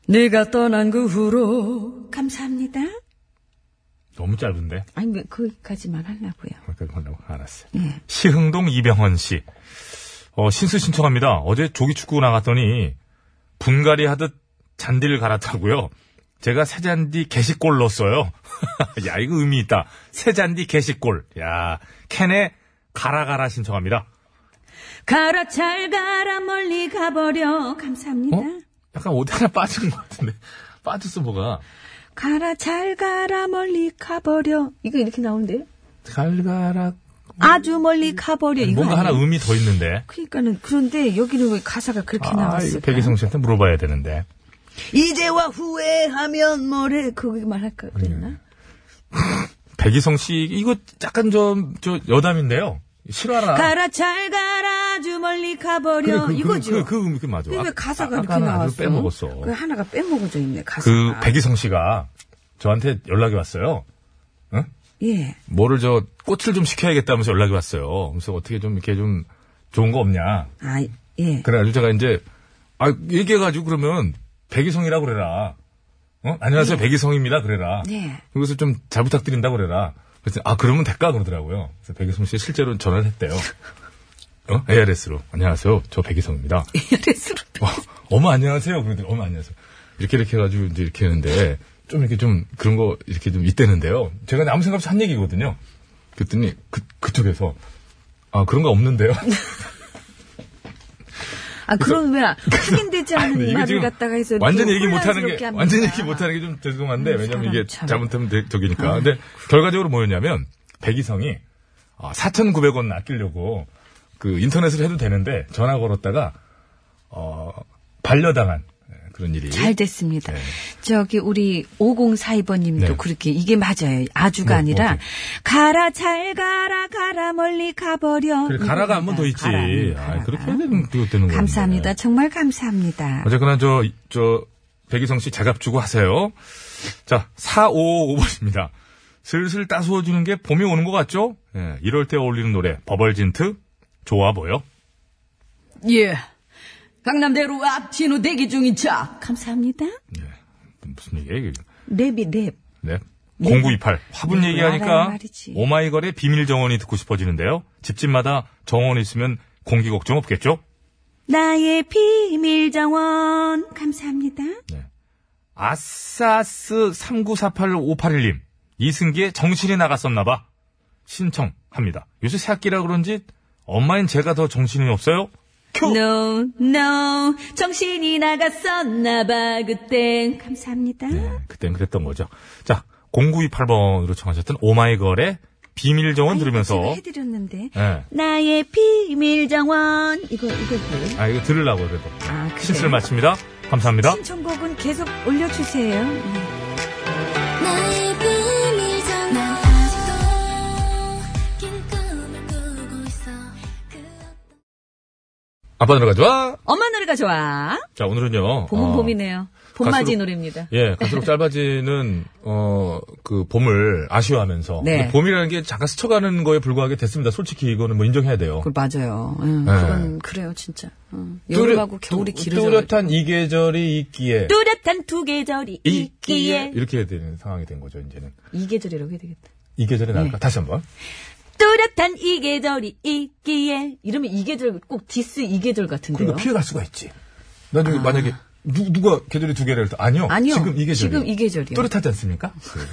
[SPEAKER 2] 네가 떠난 그 후로 감사합니다.
[SPEAKER 1] 너무 짧은데.
[SPEAKER 2] 아니 왜 거기까지만 하려고요.
[SPEAKER 1] 그러니까 그걸로 알았어요.
[SPEAKER 2] 예.
[SPEAKER 1] 시흥동 이병헌 씨. 어, 신스 신청합니다. 어제 조기 축구 나갔더니 분갈이 하듯 잔디를 갈았다고요. 제가 새 잔디 개시골 넣었어요. 야, 이거 의미 있다. 새 잔디 개시골. 야, 캔에 가라가라 신청합니다.
[SPEAKER 2] 가라 잘 가라 멀리 가버려 감사합니다.
[SPEAKER 1] 어? 약간 어디 하나 빠진 것 같은데. 빠졌어, 뭐가.
[SPEAKER 2] 가라 잘 가라 멀리 가버려 음. 이거 이렇게 나오는데요?
[SPEAKER 1] 갈가라.
[SPEAKER 2] 아주 멀리 가버려 이거
[SPEAKER 1] 뭔가 하나
[SPEAKER 2] 아니에요?
[SPEAKER 1] 의미 더 있는데.
[SPEAKER 2] 그러니까는 그런데 여기는 왜 가사가 그렇게
[SPEAKER 1] 아, 이거
[SPEAKER 2] 나왔을까?
[SPEAKER 1] 백이성 씨한테 물어봐야 되는데.
[SPEAKER 2] 이제와 후회하면 뭐래 거기만 할까 그랬나?
[SPEAKER 1] 백이성 씨, 이거 약간 좀, 저, 여담인데요. 실화라.
[SPEAKER 2] 가라 잘 가라 아주 멀리
[SPEAKER 1] 그래,
[SPEAKER 2] 가버려
[SPEAKER 1] 그, 그,
[SPEAKER 2] 이거죠.
[SPEAKER 1] 그, 그, 그, 그 맞아.
[SPEAKER 2] 근데 왜
[SPEAKER 1] 아,
[SPEAKER 2] 가사가
[SPEAKER 1] 아,
[SPEAKER 2] 이렇게
[SPEAKER 1] 아까는 아주
[SPEAKER 2] 나왔어?
[SPEAKER 1] 빼먹었어.
[SPEAKER 2] 그 하나가 빼먹어져 있네 가사.
[SPEAKER 1] 그 백이성 씨가 저한테 연락이 왔어요.
[SPEAKER 2] 예.
[SPEAKER 1] 뭐를 저 꽃을 좀 시켜야겠다면서 연락이 왔어요. 그래서 어떻게 좀 이렇게 좀 좋은 거 없냐.
[SPEAKER 2] 아 예.
[SPEAKER 1] 그래가지고 제가 이제 아 얘기해가지고 그러면 백이성이라 그래라. 어? 안녕하세요 백이성입니다 그래라.
[SPEAKER 2] 네.
[SPEAKER 1] 그래서 좀 잘 부탁드린다 그래라. 그래서 아 그러면 될까 그러더라고요. 그래서 백이성 씨 실제로 전화를 했대요. 어? ARS로 안녕하세요 저 백이성입니다.
[SPEAKER 2] 그래서
[SPEAKER 1] 어, 어머 안녕하세요. 그러더니 어머 안녕하세요. 이렇게 이렇게 해가지고 이제 이렇게 했는데 좀 이렇게 좀 그런 거 이렇게 좀 있대는데요. 제가 아무 생각 없이 한 얘기거든요. 그랬더니 그 그쪽에서 아 그런 거 없는데요.
[SPEAKER 2] 아 그럼 왜 확인되지 않은
[SPEAKER 1] 근데 이게
[SPEAKER 2] 말을
[SPEAKER 1] 지금
[SPEAKER 2] 갖다가 해서
[SPEAKER 1] 완전
[SPEAKER 2] 이렇게
[SPEAKER 1] 얘기 못하는 게
[SPEAKER 2] 혼란스럽게 합니다.
[SPEAKER 1] 완전 얘기 못하는 게 좀 죄송한데
[SPEAKER 2] 음,
[SPEAKER 1] 왜냐면
[SPEAKER 2] 사람
[SPEAKER 1] 이게
[SPEAKER 2] 참. 음.
[SPEAKER 1] 잘못하면 되- 저기니까 근데 결과적으로 뭐였냐면 백이성이 4,900원 아끼려고 그 인터넷을 해도 되는데 전화 걸었다가 어 반려당한 예, 그런 일이
[SPEAKER 2] 잘 됐습니다.
[SPEAKER 1] 네.
[SPEAKER 2] 저기 우리 5042번님도
[SPEAKER 1] 네.
[SPEAKER 2] 그렇게 이게 맞아요. 아주가
[SPEAKER 1] 뭐,
[SPEAKER 2] 아니라
[SPEAKER 1] 뭐지?
[SPEAKER 2] 가라 잘 가라 가라 멀리 가버려.
[SPEAKER 1] 그래, 가라가 한 번 더
[SPEAKER 2] 이겁니다.
[SPEAKER 1] 있지.
[SPEAKER 2] 가라는
[SPEAKER 1] 아,
[SPEAKER 2] 가라가.
[SPEAKER 1] 그렇게 해야 네. 되는, 그거 되는 거예요.
[SPEAKER 2] 음, 감사합니다. 정말 감사합니다.
[SPEAKER 1] 어쨌거나 저, 저, 백이성 씨 자갑 주고 하세요. 자, 4555번입니다. 슬슬 따스워지는 게 봄이 오는 것 같죠? 예, 이럴 때 어울리는 노래, 버벌진트, 좋아 보여.
[SPEAKER 10] 예. 강남대로 앞 진호 대기 중인 차.
[SPEAKER 2] 감사합니다.
[SPEAKER 1] 무슨 얘기예요, 예, 이게?
[SPEAKER 2] 랩이 랩.
[SPEAKER 1] 네. 0928. 화분
[SPEAKER 9] 네, 알아요,
[SPEAKER 1] 얘기하니까
[SPEAKER 9] 말이지.
[SPEAKER 1] 오마이걸의 비밀 정원이 듣고 싶어지는데요. 집집마다 정원이 있으면 공기 걱정 없겠죠?
[SPEAKER 9] 나의 비밀 정원 감사합니다.
[SPEAKER 1] 아싸스 3948581님. 이승기의 정신이 나갔었나봐. 신청합니다. 요새 새학기라 그런지 엄마인 제가 더 정신이 없어요?
[SPEAKER 9] No, no. 정신이 나갔었나봐, 그땐. 감사합니다.
[SPEAKER 1] 네, 그땐 그랬던 거죠. 자, 0928번으로 청하셨던 오마이걸의 비밀 정원 들으면서
[SPEAKER 9] 아, 해드렸는데.
[SPEAKER 1] 예.
[SPEAKER 9] 나의 비밀 정원. 이거, 이거 뭐예요?
[SPEAKER 1] 아 이거 들으려고 그래도
[SPEAKER 9] 아, 그래요?
[SPEAKER 1] 실수를 마칩니다. 감사합니다.
[SPEAKER 9] 신청곡은 계속 올려주세요. 네.
[SPEAKER 10] 나의 비밀 정원 난 아직도 긴 꿈을 꾸고 있어
[SPEAKER 1] 아빠 노래가 좋아.
[SPEAKER 9] 엄마 노래가 좋아.
[SPEAKER 1] 자 오늘은요.
[SPEAKER 9] 봄은
[SPEAKER 1] 어,
[SPEAKER 9] 봄이네요. 봄맞이
[SPEAKER 1] 가수로-
[SPEAKER 9] 노래입니다.
[SPEAKER 1] 예, 갈수록 짧아지는 어 그 봄을 아쉬워하면서
[SPEAKER 2] 네.
[SPEAKER 1] 근데 봄이라는 게 잠깐 스쳐가는 거에 불과하게 됐습니다. 솔직히 이거는 뭐 인정해야 돼요.
[SPEAKER 2] 그
[SPEAKER 9] 예,
[SPEAKER 2] 맞아요. 응,
[SPEAKER 1] 네.
[SPEAKER 2] 그건 그래요, 진짜.
[SPEAKER 9] 어.
[SPEAKER 2] 응. 여름하고
[SPEAKER 1] 뚜렷-
[SPEAKER 2] 겨울이
[SPEAKER 1] 뚜-
[SPEAKER 2] 길어져.
[SPEAKER 1] 뚜렷한 이 계절이 있기에
[SPEAKER 9] 뚜렷한 두 계절이 있기에.
[SPEAKER 1] 이렇게 해야 되는 상황이 된 거죠 이제는
[SPEAKER 9] 이 계절이라고 해야 되겠다.
[SPEAKER 1] 이 계절에 나을까
[SPEAKER 2] 네.
[SPEAKER 1] 다시 한번
[SPEAKER 9] 뚜렷한 이 계절이 있기에. 이러면 이 계절, 꼭 디스 이 계절 같은데요.
[SPEAKER 1] 그리고 그러니까 피해갈 수가 있지. 나중에 만약에 누, 누가 계절이 두 개를 또 아니요.
[SPEAKER 2] 아. 아니요.
[SPEAKER 1] 지금 이 계절이
[SPEAKER 2] 지금 이 계절이요.
[SPEAKER 1] 뚜렷하지 않습니까? 그.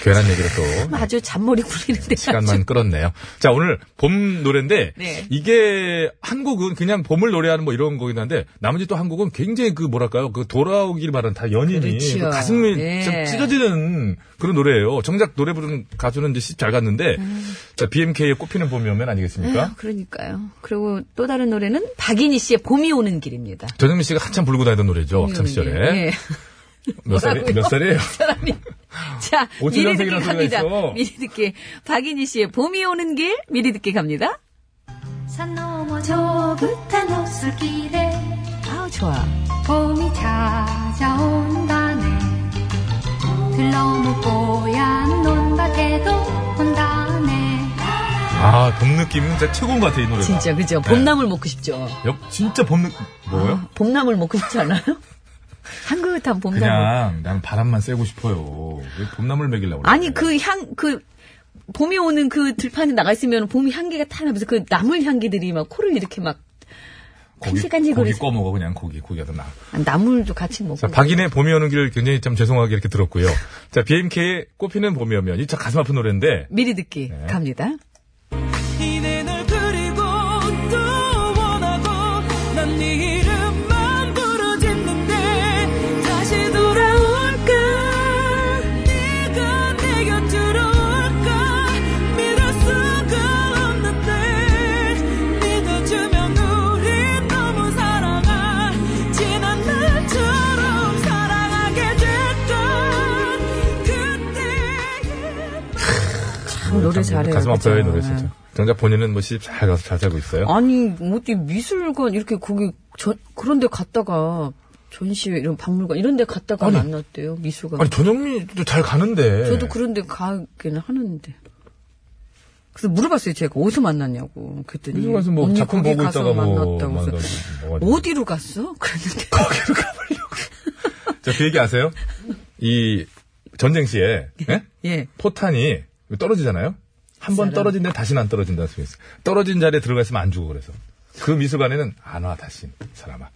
[SPEAKER 1] 괜한 얘기를 또
[SPEAKER 2] 아주 잔머리 굴리는데. 아주.
[SPEAKER 1] 시간만 끌었네요. 자, 오늘 봄 노래인데
[SPEAKER 2] 네.
[SPEAKER 1] 이게 한 곡은 그냥 봄을 노래하는 뭐 이런 거긴 한데 나머지 또 한 곡은 굉장히 그 뭐랄까요? 그 돌아오길 바라는 다 연인이
[SPEAKER 2] 그렇지요.
[SPEAKER 1] 그 가슴이
[SPEAKER 2] 네.
[SPEAKER 1] 좀 찢어지는 그런 노래예요. 정작 노래 부르는 가수는 이제 잘 갔는데
[SPEAKER 2] 음.
[SPEAKER 1] 자, BMK의 꽃피는 봄이 오면 아니겠습니까?
[SPEAKER 2] 에휴, 그러니까요. 그리고 또 다른 노래는 박인희 씨의 봄이 오는 길입니다.
[SPEAKER 1] 전영민 씨가 한참 불고 다니던 노래죠.
[SPEAKER 2] 봄이
[SPEAKER 1] 학창
[SPEAKER 2] 오는
[SPEAKER 1] 시절에.
[SPEAKER 2] 길. 예.
[SPEAKER 1] 몇 살이
[SPEAKER 2] 뭐라고요?
[SPEAKER 1] 몇 살이에요?
[SPEAKER 2] 사람이. 자,
[SPEAKER 1] 오천
[SPEAKER 2] 미리 듣기
[SPEAKER 1] 년생이라는
[SPEAKER 2] 갑니다.
[SPEAKER 1] 소리가 있어.
[SPEAKER 2] 미리 듣기. 박인희 씨의 봄이 오는 길, 미리 듣기 갑니다.
[SPEAKER 10] 산 넘어 저 끝한 호수길에
[SPEAKER 2] 아우, 좋아.
[SPEAKER 10] 봄이 찾아온다네 들러무 뽀얀 논밭에도 온다네
[SPEAKER 1] 아, 봄 느낌은 진짜 최고인 것 같아, 이 노래가.
[SPEAKER 2] 진짜, 그죠? 봄나물
[SPEAKER 1] 네.
[SPEAKER 2] 먹고 싶죠?
[SPEAKER 1] 역, 진짜 봄 느낌. 뭐요?
[SPEAKER 2] 봄나물 먹고 싶지 않아요? 한 그릇한 봄나물.
[SPEAKER 1] 그냥, 난 바람만 쐬고 싶어요. 왜 봄나물 먹이려고 그래?
[SPEAKER 2] 아니, 그 향, 그, 봄이 오는 그 들판에 나가 있으면 봄이 향기가 타나면서 그 나물 향기들이 막 코를 이렇게 막,
[SPEAKER 1] 고기,
[SPEAKER 2] 시간이
[SPEAKER 1] 고기
[SPEAKER 2] 그러지.
[SPEAKER 1] 꺼먹어, 그냥 고기, 고기가 더 나아.
[SPEAKER 2] 아, 나물도 같이 먹고.
[SPEAKER 1] 자, 박인의 봄이 오는 길 굉장히 참 죄송하게 이렇게 들었고요. 자, BMK의 꽃피는 봄이 오면, 이참 가슴 아픈 노래인데,
[SPEAKER 2] 미리 듣기
[SPEAKER 1] 네.
[SPEAKER 2] 갑니다.
[SPEAKER 4] 이내 널 그리고 또 원하고 난 네 이름만 부르짖는데 다시 돌아올까 네가 내 곁으로 올까 믿을 수가 없는데 믿어주면 우린 너무 사랑아 지난 날처럼 사랑하게 됐던 그때의
[SPEAKER 2] 참 노래
[SPEAKER 1] 참
[SPEAKER 2] 잘해요.
[SPEAKER 1] 가슴
[SPEAKER 2] 그죠?
[SPEAKER 1] 아파요, 이 노래 진짜. 정작 본인은 뭐 시집 잘 가서 잘 살고 있어요.
[SPEAKER 2] 아니, 뭐 어떻게 미술관 이렇게 거기 저 그런 데 갔다가 전시회 이런 박물관 이런 데 갔다가
[SPEAKER 1] 아니.
[SPEAKER 2] 만났대요. 미술관.
[SPEAKER 1] 아니, 네. 전영민도 잘 가는데.
[SPEAKER 2] 저도 그런 데 가기는 하는데. 그래서 물어봤어요, 제가. 어디서 만났냐고. 그랬더니.
[SPEAKER 1] 요즘 가서 뭐
[SPEAKER 2] 언니
[SPEAKER 1] 작품
[SPEAKER 2] 거기
[SPEAKER 1] 보고
[SPEAKER 2] 가서
[SPEAKER 1] 있다가 뭐,
[SPEAKER 2] 만났다고. 그래서
[SPEAKER 1] 만나고 뭐
[SPEAKER 2] 어디로 갔어? 그랬는데. 거기로
[SPEAKER 1] 자, 그 얘기 아세요? 이 전쟁 시에 예?
[SPEAKER 2] 예.
[SPEAKER 1] 포탄이 떨어지잖아요. 한 번 떨어진데 다시는 안 떨어진다는 소리 있어요. 떨어진 자리에 들어가 있으면 안 죽어 그래서 그 미술관에는 안 와 다시 사람아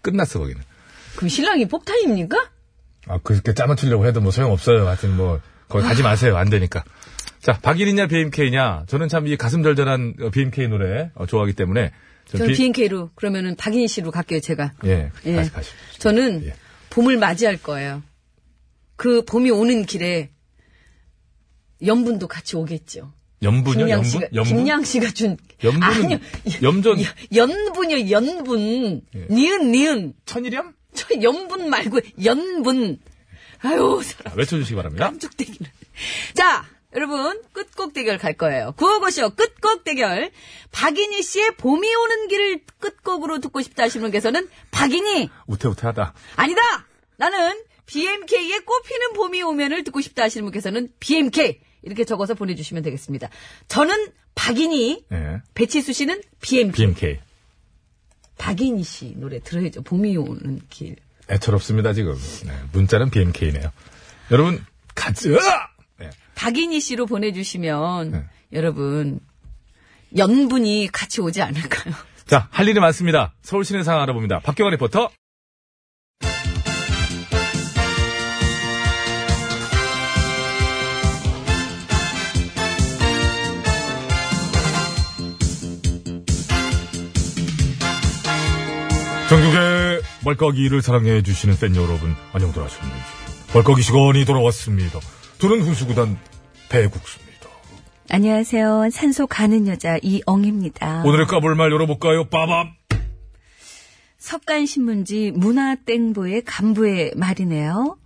[SPEAKER 1] 끝났어 거기는.
[SPEAKER 2] 그럼 신랑이 폭탄입니까?
[SPEAKER 1] 아 그렇게 짜맞추려고 해도 뭐 소용 없어요. 하여튼 뭐 거기 가지 마세요 안 되니까. 자 박일이냐 BMK냐 저는 참 이 가슴 절절한 어, BMK 노래 어, 좋아하기 때문에
[SPEAKER 2] 저는
[SPEAKER 1] 네, 비-
[SPEAKER 2] BNK로, 그러면은 박인 씨로 갈게요, 제가.
[SPEAKER 1] 예,
[SPEAKER 2] 예.
[SPEAKER 1] 다시 가시.
[SPEAKER 2] 저는
[SPEAKER 1] 예.
[SPEAKER 2] 봄을 맞이할 거예요. 그 봄이 오는 길에 염분도 같이 오겠죠.
[SPEAKER 1] 염분요
[SPEAKER 2] 김양
[SPEAKER 1] 염분
[SPEAKER 2] 씨가
[SPEAKER 1] 염분
[SPEAKER 2] 김양 씨가 준
[SPEAKER 1] 염분은
[SPEAKER 2] 아니요
[SPEAKER 1] 염전. 예.
[SPEAKER 2] 여- 연분이요 연분 니은 니은
[SPEAKER 1] 천일염
[SPEAKER 2] 저 연분 말고 연분 아유 사람
[SPEAKER 1] 아, 외쳐주시기 바랍니다.
[SPEAKER 2] 깜짝대기는 자 여러분 끝곡 대결 갈 거예요 구호고쇼 끝곡 대결 박인희 씨의 봄이 오는 길을 끝곡으로 듣고 싶다 하시는 분께서는 박인희
[SPEAKER 1] 우태우태하다.
[SPEAKER 2] 아니다! 나는 BMK의 꽃피는 봄이 오면을 듣고 싶다 하시는 분께서는 BMK 이렇게 적어서 보내주시면 되겠습니다. 저는 박인희,
[SPEAKER 1] 예.
[SPEAKER 2] 배치수 씨는 BMK.
[SPEAKER 1] BMK.
[SPEAKER 2] 박인희 씨 노래 들어야죠. 봄이 오는 길.
[SPEAKER 1] 애처롭습니다, 지금. 네, 문자는 BMK네요. 여러분, 가자! 네.
[SPEAKER 11] 박인희 씨로 보내주시면 여러분 연분이 같이 오지 않을까요?
[SPEAKER 1] 자, 할 일이 많습니다. 서울 시내 상황 알아봅니다. 박경화 리포터. 전국의 말까기를 사랑해 주시는 팬 여러분, 안녕들 하셨는지. 말까기 시간이 돌아왔습니다. 저는 훈수구단 배국수입니다.
[SPEAKER 2] 안녕하세요. 산소 가는 여자 이엉입니다.
[SPEAKER 1] 오늘의 까불말 열어볼까요? 빠밤!
[SPEAKER 2] 석간신문지 문화땡보의 간부의 말이네요.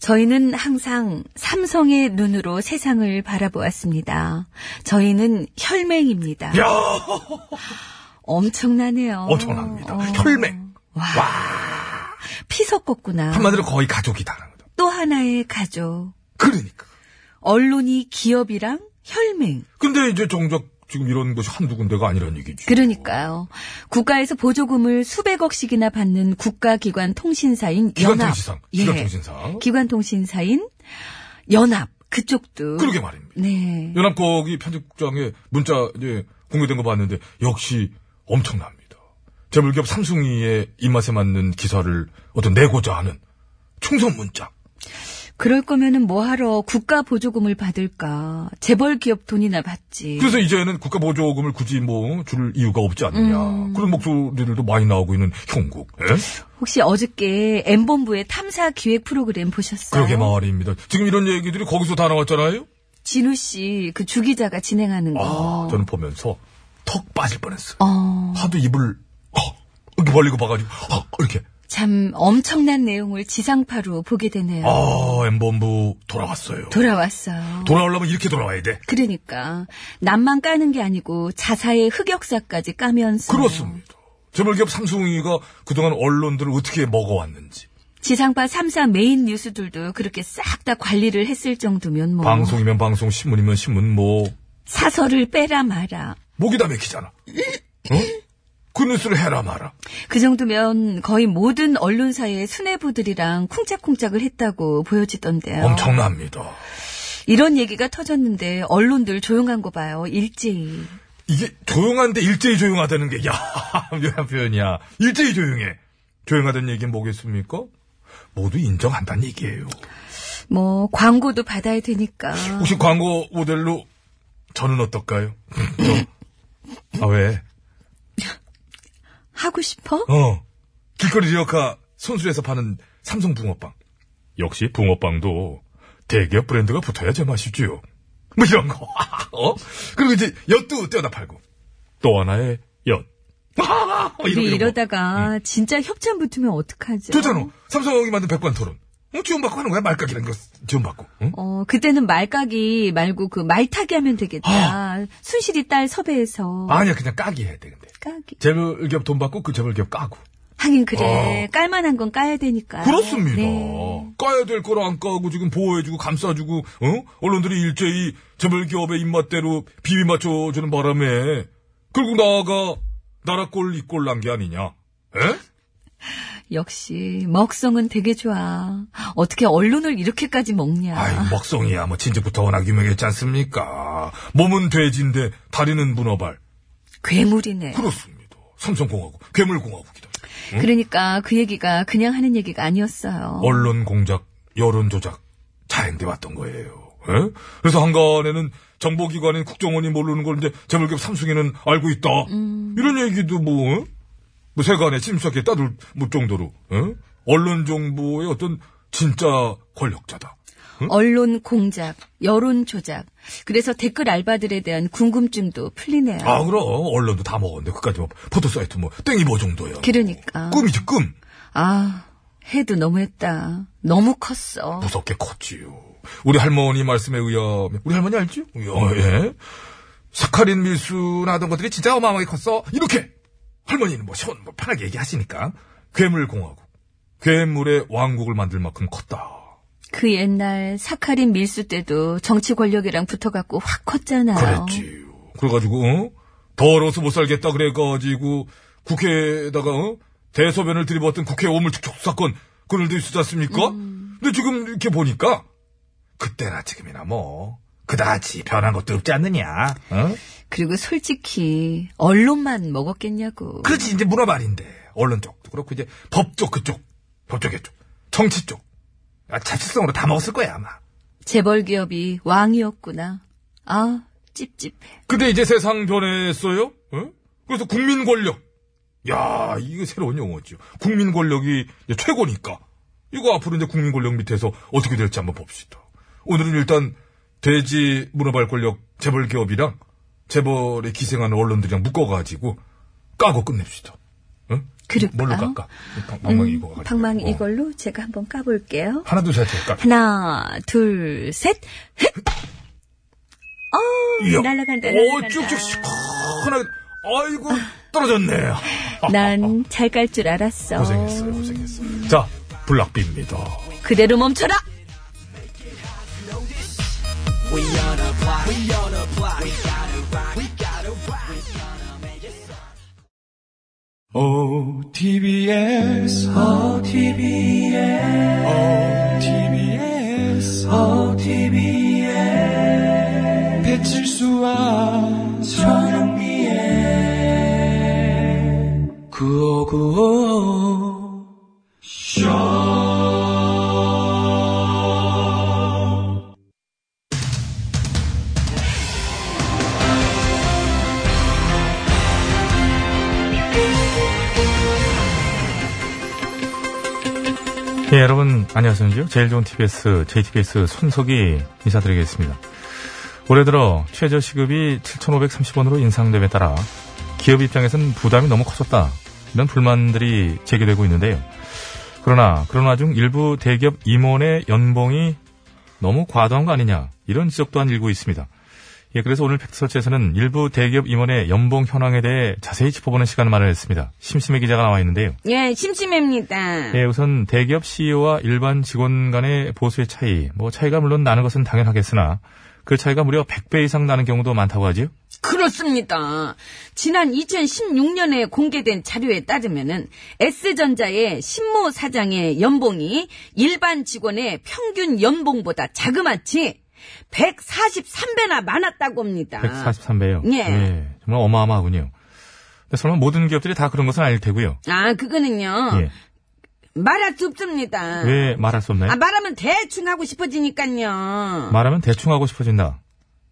[SPEAKER 2] 저희는 항상 삼성의 눈으로 세상을 바라보았습니다. 저희는 혈맹입니다.
[SPEAKER 1] 야!
[SPEAKER 2] 엄청나네요. 어.
[SPEAKER 1] 엄청납니다. 혈맹.
[SPEAKER 2] 와. 피 섞었구나.
[SPEAKER 1] 한마디로 거의 가족이다.
[SPEAKER 2] 또 하나의 가족. 그러니까. 언론이 기업이랑 혈맹.
[SPEAKER 1] 근데 이제 정작 지금 이런 것이 한두 군데가 아니란 얘기지.
[SPEAKER 2] 그러니까요. 국가에서 보조금을 수백억씩이나 받는 국가기관 통신사인 연합.
[SPEAKER 1] 기관통신상.
[SPEAKER 2] 예.
[SPEAKER 1] 기관통신사.
[SPEAKER 2] 기관통신사인 연합. 그쪽도.
[SPEAKER 1] 그러게 뭐. 말입니다.
[SPEAKER 2] 네.
[SPEAKER 1] 연합 거기 편집장에 문자 이제 공개된 거 봤는데 역시 엄청납니다. 재물기업 삼성이의 입맛에 맞는 기사를 어떤 내고자 하는 충성 문자.
[SPEAKER 2] 그럴 거면은 뭐하러 국가 보조금을 받을까. 재벌 기업 돈이나 받지.
[SPEAKER 1] 그래서 이제는 국가 보조금을 굳이 뭐 줄 이유가 없지 않느냐
[SPEAKER 2] 음.
[SPEAKER 1] 그런 목소리들도 많이 나오고 있는 형국. 예?
[SPEAKER 2] 혹시 어저께 M본부의 탐사 기획 프로그램 보셨어요?
[SPEAKER 1] 그러게 뭐. 말입니다. 지금 이런 얘기들이 거기서 다 나왔잖아요.
[SPEAKER 2] 진우 씨 그 주기자가 진행하는 거.
[SPEAKER 1] 저는 보면서 턱 빠질 뻔했어.
[SPEAKER 2] 어.
[SPEAKER 1] 하도 입을 헉, 이렇게 벌리고 봐가지고 헉, 이렇게
[SPEAKER 2] 참 엄청난 내용을 지상파로 보게 되네요.
[SPEAKER 1] 아 엠본부 돌아왔어요.
[SPEAKER 2] 돌아왔어요.
[SPEAKER 1] 돌아오려면 이렇게 돌아와야 돼.
[SPEAKER 2] 그러니까 남만 까는 게 아니고 자사의 흑역사까지 까면서
[SPEAKER 1] 그렇습니다. 재벌기업 삼성이가 그동안 언론들을 어떻게 먹어왔는지
[SPEAKER 2] 지상파 3사 메인 뉴스들도 그렇게 싹 다 관리를 했을 정도면 뭐
[SPEAKER 1] 방송이면 방송, 신문이면 신문 뭐
[SPEAKER 2] 사설을 빼라 마라
[SPEAKER 1] 목이 다 맥히잖아. 어? 그 뉴스를 해라 마라.
[SPEAKER 2] 그 정도면 거의 모든 언론사의 수뇌부들이랑 쿵짝쿵짝을 했다고 보여지던데요.
[SPEAKER 1] 엄청납니다.
[SPEAKER 2] 이런 얘기가 터졌는데 언론들 조용한 거 봐요. 일제히.
[SPEAKER 1] 이게 조용한데 일제히 조용하다는 게, 야, 묘한 표현이야. 일제히 조용해. 조용하다는 얘기는 뭐겠습니까? 모두 인정한다는 얘기예요.
[SPEAKER 2] 뭐 광고도 받아야 되니까.
[SPEAKER 1] 혹시 광고 모델로 저는 어떨까요? 저. 아, 왜?
[SPEAKER 2] 하고 싶어?
[SPEAKER 1] 어. 길거리 리어카 손수에서 파는 삼성 붕어빵. 역시 붕어빵도 대기업 브랜드가 붙어야 제맛이지요. 뭐 이런 거. 어? 그리고 이제 엿도 떼어다 팔고. 또 하나의 엿. 뭐
[SPEAKER 2] 우리
[SPEAKER 1] 이런 예.
[SPEAKER 2] 이러다가 진짜 협찬 붙으면 어떡하죠?
[SPEAKER 1] 좋잖아. 삼성이 만든 백반 토론. 응, 지원받고 하는 거야. 말깍이라는 거 지원받고. 응?
[SPEAKER 2] 어, 그때는 말까기 말고 그 말타기 하면 되겠다. 순실이 딸 섭외해서.
[SPEAKER 1] 아. 아니야, 그냥 까기 해야 돼, 근데.
[SPEAKER 2] 까기.
[SPEAKER 1] 재벌기업 돈 받고 그 재벌기업 까고.
[SPEAKER 2] 하긴 그래.
[SPEAKER 1] 어.
[SPEAKER 2] 깔만한 건 까야 되니까.
[SPEAKER 1] 그렇습니다.
[SPEAKER 2] 네.
[SPEAKER 1] 까야 될 거를 안 까고 지금 보호해주고 감싸주고, 어? 언론들이 일제히 재벌기업의 입맛대로 비비 맞춰주는 바람에 결국 나아가 나라 꼴 이 꼴 난 게 아니냐. 에?
[SPEAKER 2] 역시 먹성은 되게 좋아. 어떻게 언론을 이렇게까지 먹냐.
[SPEAKER 1] 아이, 먹성이야. 뭐, 진즉부터 워낙 유명했지 않습니까? 몸은 돼지인데 다리는 문어발.
[SPEAKER 2] 괴물이네.
[SPEAKER 1] 그렇습니다. 삼성공화국, 괴물공화국이다. 응?
[SPEAKER 2] 그러니까 그 얘기가 그냥 하는 얘기가 아니었어요.
[SPEAKER 1] 언론 공작, 여론 조작 자행돼 왔던 거예요. 예? 그래서 한간에는 정보기관인 국정원이 모르는 걸 이제 재벌기업 삼성에는 알고 있다. 이런 얘기도 뭐, 어? 뭐 세간에 심사하게 따돌 뭐 정도로 예? 언론 정보의 어떤 진짜 권력자다.
[SPEAKER 2] 언론 공작, 여론 조작. 그래서 댓글 알바들에 대한 궁금증도 풀리네요.
[SPEAKER 1] 아 그럼 언론도 다 먹었는데 그까지 뭐 포토사이트 뭐 땡이 뭐 정도야.
[SPEAKER 2] 그러니까.
[SPEAKER 1] 꿈이지 꿈.
[SPEAKER 2] 아, 해도 너무했다. 너무 컸어.
[SPEAKER 1] 무섭게 컸지요. 우리 할머니 말씀에 의하면 우리 할머니 알죠? 어, 예. 사카린 밀수나 하던 것들이 진짜 어마어마하게 컸어. 이렇게 할머니는 뭐 시원 뭐 편하게 얘기하시니까 괴물 공화국, 괴물의 왕국을 만들 만큼 컸다.
[SPEAKER 2] 그 옛날 사카린 밀수 때도 정치 권력이랑 붙어갖고 확 컸잖아요.
[SPEAKER 1] 그랬지요. 그래가지고 어? 더러워서 못 살겠다 그래가지고 국회에다가 어? 대소변을 들이부었던 국회 오물축척 사건 그걸 들수지 않습니까? 근데 지금 이렇게 보니까
[SPEAKER 12] 그때나 지금이나 뭐 그다지 변한 것도 없지 않느냐. 어?
[SPEAKER 13] 그리고 솔직히 언론만 먹었겠냐고.
[SPEAKER 12] 그렇지 이제 물어말인데 언론 쪽도 그렇고 이제 법조 그쪽 법조계 쪽 정치 쪽 아, 자체성으로 다 먹었을 거야 아마.
[SPEAKER 13] 재벌 기업이 왕이었구나. 아 찝찝해.
[SPEAKER 1] 근데 이제 세상 변했어요? 어? 그래서 국민 권력. 야, 이거 새로운 용어죠. 국민 권력이 이제 최고니까. 이거 앞으로 이제 국민 권력 밑에서 어떻게 될지 한번 봅시다. 오늘은 일단 돼지 문어발 권력 재벌 기업이랑 재벌에 기생하는 언론들이랑 묶어가지고 까고 끝냅시다. 응?
[SPEAKER 13] 그럴까?
[SPEAKER 1] 뭘로 깎아? 방- 방망이 이거 가지고.
[SPEAKER 13] 음, 방망이
[SPEAKER 1] 어.
[SPEAKER 13] 이걸로 제가 한번 까볼게요.
[SPEAKER 1] 하나 둘셋 깎아.
[SPEAKER 13] 하나, 둘, 셋. 헥! 어,
[SPEAKER 1] 이야.
[SPEAKER 13] 음, 날아간다,
[SPEAKER 1] 어,
[SPEAKER 13] 날아간다.
[SPEAKER 1] 쭉쭉 시원하게. 아이고, 떨어졌네.
[SPEAKER 13] 난 잘 깔 줄 알았어.
[SPEAKER 1] 고생했어요, 고생했어요. 자, 블락비입니다.
[SPEAKER 13] 그대로 멈춰라!
[SPEAKER 4] OTBS, OTBS, OTBS, OTBS. 배칠수와 전영미의 9595 쇼.
[SPEAKER 1] 예, 여러분, 안녕하세요. 제일 좋은 TBS, JTBS 손석희 인사드리겠습니다. 올해 들어 최저 시급이 7,530원으로 인상됨에 따라 기업 입장에선 부담이 너무 커졌다. 이런 불만들이 제기되고 있는데요. 그러나, 그런 와중 일부 대기업 임원의 연봉이 너무 과도한 거 아니냐. 이런 지적 또한 일고 있습니다. 예, 그래서 오늘 팩트서치에서는 일부 대기업 임원의 연봉 현황에 대해 자세히 짚어보는 시간을 마련했습니다. 심심해 기자가 나와 있는데요.
[SPEAKER 2] 예, 심심합니다.
[SPEAKER 1] 예, 우선 대기업 CEO와 일반 직원 간의 보수의 차이, 뭐 차이가 물론 나는 것은 당연하겠으나 그 차이가 무려 100배 이상 나는 경우도 많다고 하지요.
[SPEAKER 2] 그렇습니다. 지난 2016년에 공개된 자료에 따르면은 S전자의 신모 사장의 연봉이 일반 직원의 평균 연봉보다 자그마치 143배나 많았다고 합니다.
[SPEAKER 1] 143배요.
[SPEAKER 2] 예.
[SPEAKER 1] 정말 어마어마하군요. 근데 설마 모든 기업들이 다 그런 것은 아닐 테고요.
[SPEAKER 2] 아, 그거는요.
[SPEAKER 1] 예.
[SPEAKER 2] 말할 수 없습니다.
[SPEAKER 1] 왜 말할 수 없나요?
[SPEAKER 2] 아, 말하면 대충 하고 싶어지니까요.
[SPEAKER 1] 말하면 대충 하고 싶어진다.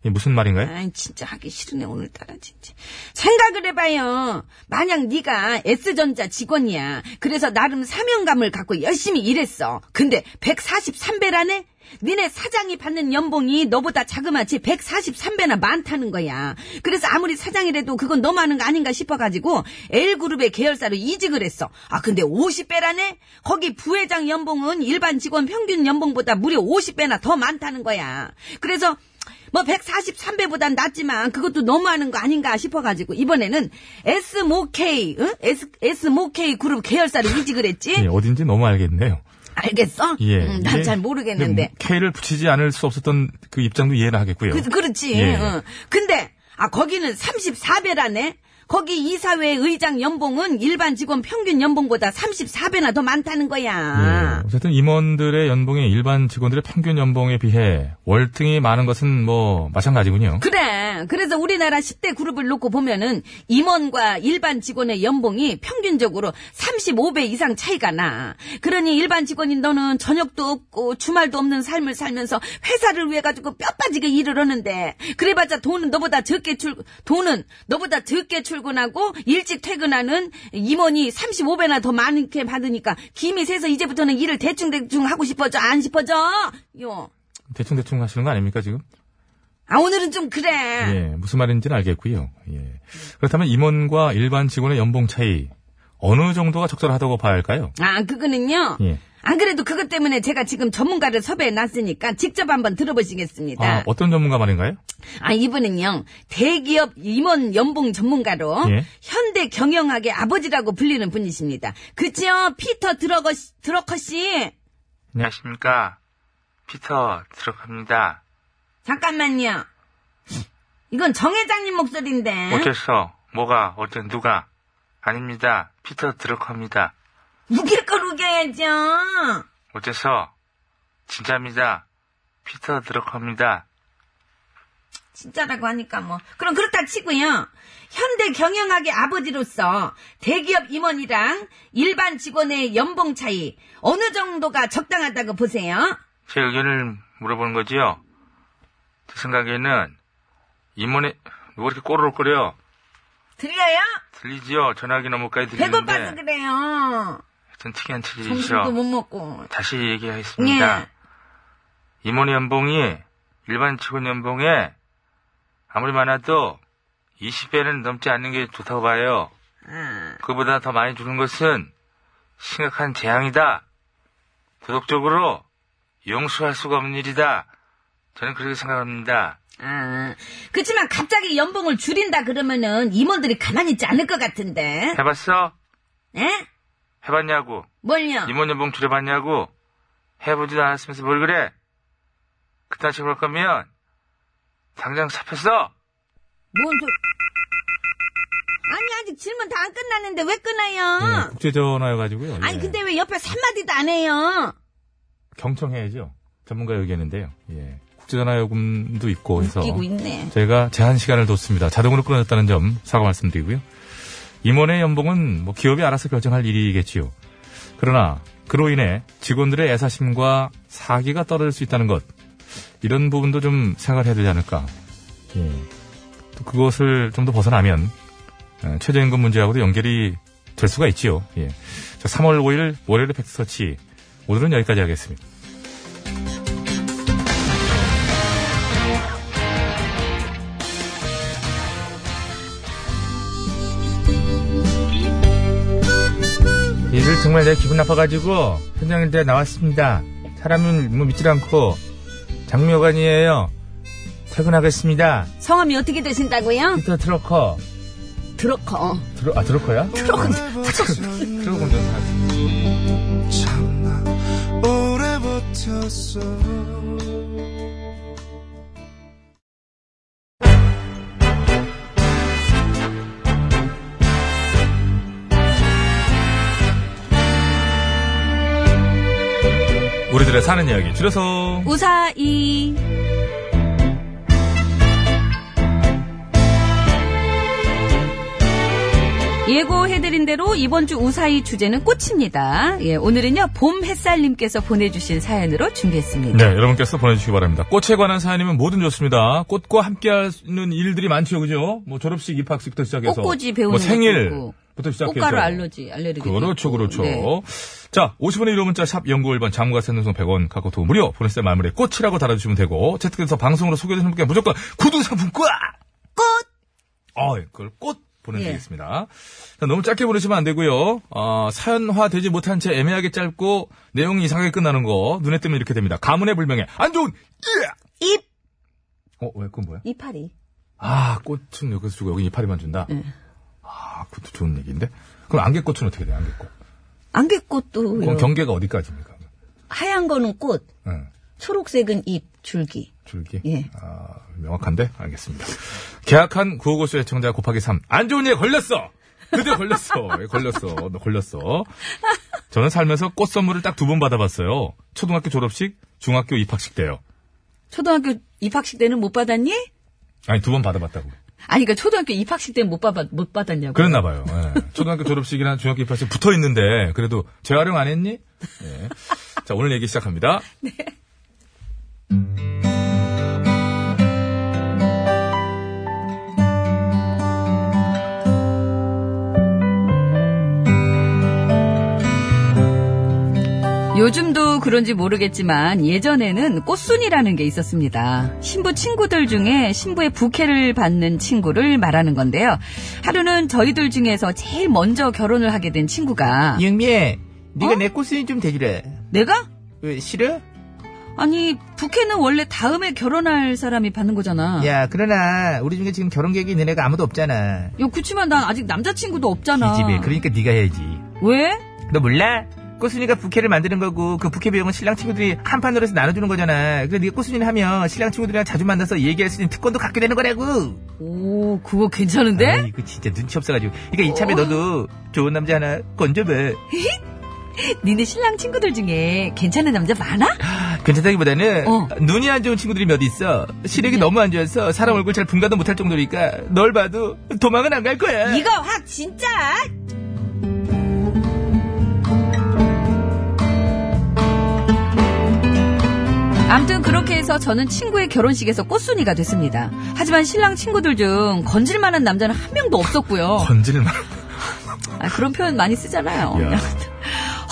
[SPEAKER 1] 이게 무슨 말인가요?
[SPEAKER 2] 아이 진짜 하기 싫으네 오늘따라 진짜 생각을 해봐요 만약 네가 S전자 직원이야 그래서 나름 사명감을 갖고 열심히 일했어 근데 143배라네 니네 사장이 받는 연봉이 너보다 자그마치 143배나 많다는 거야 그래서 아무리 사장이라도 그건 너무 하는 거 아닌가 싶어가지고 L그룹의 계열사로 이직을 했어 아 근데 50배라네 거기 부회장 연봉은 일반 직원 평균 연봉보다 무려 50배나 더 많다는 거야 그래서 뭐 143배보단 낫지만 그것도 너무하는 거 아닌가 싶어가지고 이번에는 S모K 응? S S모K 그룹 계열사로 이직을 했지
[SPEAKER 1] 예, 어딘지 너무 알겠네요.
[SPEAKER 2] 알겠어?
[SPEAKER 1] 예.
[SPEAKER 2] 음,
[SPEAKER 1] 네,
[SPEAKER 2] 난
[SPEAKER 1] 이게-
[SPEAKER 2] 잘 모르겠는데
[SPEAKER 1] 근데 뭐 K를 붙이지 않을 수 없었던 그 입장도 이해는 하겠고요.
[SPEAKER 2] 그, 렇지
[SPEAKER 1] 예.
[SPEAKER 2] 근데 아 거기는 34배라네 거기 이사회 의장 연봉은 일반 직원 평균 연봉보다 34배나 더 많다는 거야
[SPEAKER 14] 아.
[SPEAKER 1] 예, 어쨌든 임원들의 연봉이 일반 직원들의 평균 연봉에 비해 월등히 많은 것은 뭐 마찬가지군요.
[SPEAKER 2] 그래. 그래서 우리나라 10대 그룹을 놓고 보면은 임원과 일반 직원의 연봉이 평균적으로 35배 이상 차이가 나. 그러니 일반 직원인 너는 저녁도 없고 주말도 없는 삶을 살면서 회사를 위해 가지고 뼈 빠지게 일을 하는데 그래봤자 돈은 너보다 적게 출 돈은 너보다 적게 출근하고 일찍 퇴근하는 임원이 35배나 더 많게 받으니까 김이 새서 이제부터는 일을 대충대충 하고 싶어져 안 싶어져? 요.
[SPEAKER 1] 대충대충 하시는 거 아닙니까, 지금?
[SPEAKER 2] 아 오늘은 좀 그래.
[SPEAKER 14] 네.
[SPEAKER 1] 예, 무슨 말인지는 알겠고요. 예. 그렇다면 임원과 일반 직원의 연봉 차이, 어느 정도가 적절하다고 봐야 할까요?
[SPEAKER 2] 아, 그거는요.
[SPEAKER 1] 예.
[SPEAKER 2] 안 그래도 그것 때문에 제가 지금 전문가를 섭외해 놨으니까 직접 한번 들어보시겠습니다.
[SPEAKER 1] 아,
[SPEAKER 14] 네.
[SPEAKER 2] 아,
[SPEAKER 1] 어떤 전문가 말인가요?
[SPEAKER 2] 이분은요. 대기업 임원 연봉 전문가로
[SPEAKER 1] 예.
[SPEAKER 2] 현대 경영학의 아버지라고 불리는 분이십니다. 그치요? 피터 드러거 씨- 드러커 씨.
[SPEAKER 3] 안녕하십니까. 피터 들어갑니다.
[SPEAKER 2] 잠깐만요. 이건 정 회장님 목소리인데.
[SPEAKER 3] 어째서? 뭐가? 어째 누가? 아닙니다. 피터 들어갑니다.
[SPEAKER 2] 우길 걸 우겨야죠.
[SPEAKER 3] 어째서? 진짜입니다. 피터 드러커입니다.
[SPEAKER 14] 진짜라고 하니까 뭐 그럼 그렇다 치고요 현대 경영학의 아버지로서 대기업 임원이랑 일반 직원의 연봉 차이 어느 정도가 적당하다고 보세요
[SPEAKER 3] 제 의견을 물어보는 거지요. 제 생각에는 임원의 누가 이렇게 꼬르륵거려
[SPEAKER 14] 들려요?
[SPEAKER 3] 들리지요? 전화기 너머까지
[SPEAKER 14] 배고파서
[SPEAKER 3] 들리는데
[SPEAKER 14] 그래요
[SPEAKER 3] 전 특이한 체질이시죠.
[SPEAKER 14] 점심도 못 먹고
[SPEAKER 3] 다시 얘기하겠습니다.
[SPEAKER 14] 예.
[SPEAKER 3] 임원 연봉이 일반 직원 연봉에 아무리 많아도 20배는 넘지 않는 게 좋다고 봐요.
[SPEAKER 14] 아,
[SPEAKER 3] 그보다 더 많이 주는 것은 심각한 재앙이다. 도덕적으로 용서할 수가 없는 일이다. 저는 그렇게 생각합니다.
[SPEAKER 14] 아. 그치만 갑자기 연봉을 줄인다 그러면은 임원들이 가만히 있지 않을 것 같은데
[SPEAKER 3] 해봤어?
[SPEAKER 14] 에?
[SPEAKER 3] 해봤냐고.
[SPEAKER 14] 뭘요?
[SPEAKER 3] 임원 연봉 줄여봤냐고. 해보지도 않았으면서 뭘 그래? 그딴 식으로 할 거면 당장 사표 써!
[SPEAKER 14] 뭔 소... 아니 아직 질문 다 안 끝났는데 왜 끊어요?
[SPEAKER 3] 음.
[SPEAKER 1] 국제전화여가지고요.
[SPEAKER 14] 아니
[SPEAKER 1] 예.
[SPEAKER 14] 근데 왜 옆에 한마디도안 해요?
[SPEAKER 1] 경청해야죠. 전문가 의견인데요. 예. 국제전화요금도 있고 해서
[SPEAKER 14] 웃기고 있네.
[SPEAKER 1] 저희가 제한 시간을 뒀습니다. 자동으로 끊어졌다는 점 사과 말씀드리고요. 임원의 연봉은 뭐 기업이 알아서 결정할 일이겠지요. 그러나 그로 인해 직원들의 애사심과 사기가 떨어질 수 있다는 것 이런 부분도 좀 생각을 해야 되지 않을까. 예. 또 그것을 좀 더 벗어나면 어, 최저임금 문제하고도 연결이 될 수가 있지요. 예. 자, 3월 5일 월요일의 팩트서치 오늘은 여기까지 하겠습니다.
[SPEAKER 15] 일을 정말 내가 기분 나빠가지고 현장인데 나왔습니다. 사람은 뭐 믿질 않고 장미여관이에요. 퇴근하겠습니다.
[SPEAKER 14] 성함이 어떻게 되신다고요?
[SPEAKER 15] 피터 트러커.
[SPEAKER 14] 드러커.
[SPEAKER 15] 드러, 아, 트러커야?
[SPEAKER 14] 트러커.
[SPEAKER 16] 음.
[SPEAKER 15] 트러커
[SPEAKER 16] 오래 버텼어
[SPEAKER 1] 우리들의 사는 이야기 줄여서
[SPEAKER 2] 우사이. 예고해드린 대로 이번 주 우사이 주제는 꽃입니다. 예, 오늘은요, 봄 햇살님께서 보내주신 사연으로 준비했습니다.
[SPEAKER 1] 네, 여러분께서 보내주시기 바랍니다. 꽃에 관한 사연이면 뭐든 좋습니다. 꽃과 함께 하는 일들이 많죠, 그죠? 뭐 졸업식, 입학식부터 시작해서.
[SPEAKER 2] 꽃꽂이 배우는
[SPEAKER 1] 뭐
[SPEAKER 2] 것도
[SPEAKER 1] 생일부터 시작해서.
[SPEAKER 2] 꽃가루 알러지, 알레르기.
[SPEAKER 1] 그렇죠, 그렇죠.
[SPEAKER 2] 네.
[SPEAKER 1] 자, 50원의 1호 문자, 샵 0951번, 장무가 생동송 100원, 갖고 도움 무료, 보냈을 말물에 꽃이라고 달아주시면 되고, 채택돼서 방송으로 소개되는 분께 무조건 구두상품권! 꽃! 어, 예, 그걸 꽃! 보내드리겠습니다. 자, 너무 짧게 보내시면 안 되고요. 어, 사연화 되지 못한 채 애매하게 짧고 내용이 이상하게 끝나는 거 눈에 뜨면 이렇게 됩니다. 가문의 불명예 안 좋은
[SPEAKER 14] 입
[SPEAKER 1] 어, 왜, 그건 뭐야?
[SPEAKER 14] 이파리.
[SPEAKER 1] 아, 꽃은 여기서 주고 여기 이파리만 준다?
[SPEAKER 2] 예.
[SPEAKER 1] 아, 그것도 좋은 얘기인데? 그럼 안개꽃은 어떻게 돼요, 안개꽃?
[SPEAKER 14] 안개꽃도
[SPEAKER 2] 예.
[SPEAKER 1] 그럼 경계가 어디까지입니까?
[SPEAKER 14] 하얀 거는 꽃,
[SPEAKER 1] 응,
[SPEAKER 14] 초록색은 잎, 줄기.
[SPEAKER 1] 줄기?
[SPEAKER 14] 예.
[SPEAKER 1] 아, 명확한데? 알겠습니다. 계약한 구호고수 애청자 곱하기 3. 안 좋은 일 걸렸어! 그대 걸렸어. 예, 걸렸어. 너 걸렸어. 저는 살면서 꽃 선물을 딱 두 번 받아봤어요. 초등학교 졸업식, 중학교 입학식 때요.
[SPEAKER 2] 초등학교 입학식 때는 못 받았니?
[SPEAKER 1] 아니, 두 번 받아봤다고.
[SPEAKER 2] 아니, 그러니까 초등학교 입학식 때는 못, 받았, 못 받았냐고.
[SPEAKER 1] 그랬나 봐요. 예. 초등학교 졸업식이나 중학교 입학식 붙어 있는데 그래도 재활용 안 했니? 예. 자 오늘 얘기 시작합니다.
[SPEAKER 2] 요즘도 그런지 모르겠지만 예전에는 꽃순이라는 게 있었습니다. 신부 친구들 중에 신부의 부케를 받는 친구를 말하는 건데요. 하루는 저희들 중에서 제일 먼저 결혼을 하게 된
[SPEAKER 3] 아.
[SPEAKER 2] 친구가
[SPEAKER 15] 예. 영미애,
[SPEAKER 3] 어?
[SPEAKER 15] 네가 내 꽃순이 좀 대주래. 그
[SPEAKER 2] 내가?
[SPEAKER 15] 왜, 싫어?
[SPEAKER 2] 아니 부케는 원래 다음에 결혼할 사람이 받는
[SPEAKER 3] 어.
[SPEAKER 2] 거잖아.
[SPEAKER 15] 야, 그러나 우리 중에 지금 결혼 계획이 있는 애가 아무도 없잖아.
[SPEAKER 2] 야, 그치만 난 아직 남자친구도 없잖아.
[SPEAKER 3] 어.
[SPEAKER 15] 이 집에. 그러니까 네가 해야지.
[SPEAKER 2] 왜?
[SPEAKER 15] 너 몰라? 꽃순이가 부케를 만드는 거고 그 부케 비용은 신랑 친구들이 한 판으로 해서 나눠주는 거잖아. 그래 네가 꽃순이를 하면 신랑 친구들이랑 자주 만나서 얘기할 수 있는 특권도 갖게 되는 거라고.
[SPEAKER 2] 오, 그거 괜찮은데?
[SPEAKER 15] 아이, 그 진짜 눈치 없어가지고. 그러니까 이참에 너도 좋은 남자 하나 건져봐.
[SPEAKER 2] 니네 신랑 친구들 중에 괜찮은 남자 많아?
[SPEAKER 3] 괜찮다기보다는
[SPEAKER 15] 어.
[SPEAKER 3] 눈이 안 좋은 친구들이 몇 있어.
[SPEAKER 15] 네.
[SPEAKER 3] 시력이 너무 안 좋아서 사람 얼굴 잘 분간도 못할 정도니까 널 봐도 도망은 안 갈 거야.
[SPEAKER 17] 이거 확 진짜
[SPEAKER 2] 암튼 그렇게 해서 저는 친구의 결혼식에서 꽃순이가 됐습니다. 하지만 신랑 친구들 중 건질만한 남자는 한 명도 없었고요.
[SPEAKER 1] 건질만.
[SPEAKER 2] 아, 그런 표현 많이 쓰잖아요.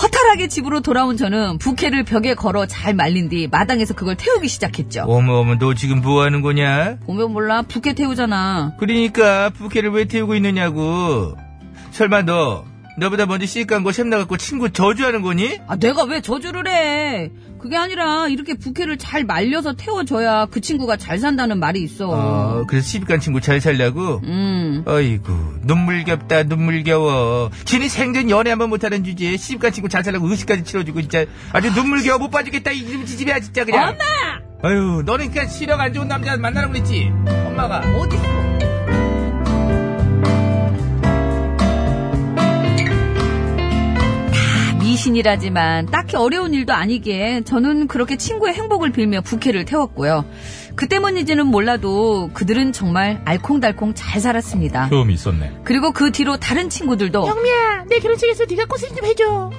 [SPEAKER 2] 허탈하게 집으로 돌아온 저는 부케를 벽에 걸어 잘 말린 뒤 마당에서 그걸 태우기 시작했죠.
[SPEAKER 3] 어머 어머 너 지금 뭐 하는 거냐?
[SPEAKER 2] 보면 몰라 부케 태우잖아.
[SPEAKER 3] 그러니까 부케를 왜 태우고 있느냐고. 설마 너 너보다 먼저 시집 간거 샘나갖고 친구 저주하는 거니?
[SPEAKER 2] 아, 내가 왜 저주를 해? 그게 아니라 이렇게 부케를 잘 말려서 태워줘야 그 친구가 잘 산다는 말이 있어.
[SPEAKER 3] 어, 그래서 시집 간 친구 잘 살려고?
[SPEAKER 2] 음.
[SPEAKER 3] 어이구, 눈물겹다, 눈물겨워. 지니 생전 연애 한번 못하는 주제에 시집 간 친구 잘 살려고 의식까지 치러주고, 진짜. 아주 눈물겨워 못 봐주겠다, 이놈 지집이야, 진짜 그냥. 엄마! 아유, 너는 그냥 시력 안 좋은 남자 만나라고 그랬지? 엄마가.
[SPEAKER 2] 어딨어? 미신이라지만 딱히 어려운 일도 아니기에 저는 그렇게 친구의 행복을 빌며 부케를 태웠고요. 그 때문인지는 몰라도 그들은 정말 알콩달콩 잘 살았습니다.
[SPEAKER 1] 효험이 있었네.
[SPEAKER 2] 그리고 그 뒤로 다른 친구들도
[SPEAKER 5] 영미야, 내 결혼식에서 네가 꽃을 좀 해줘.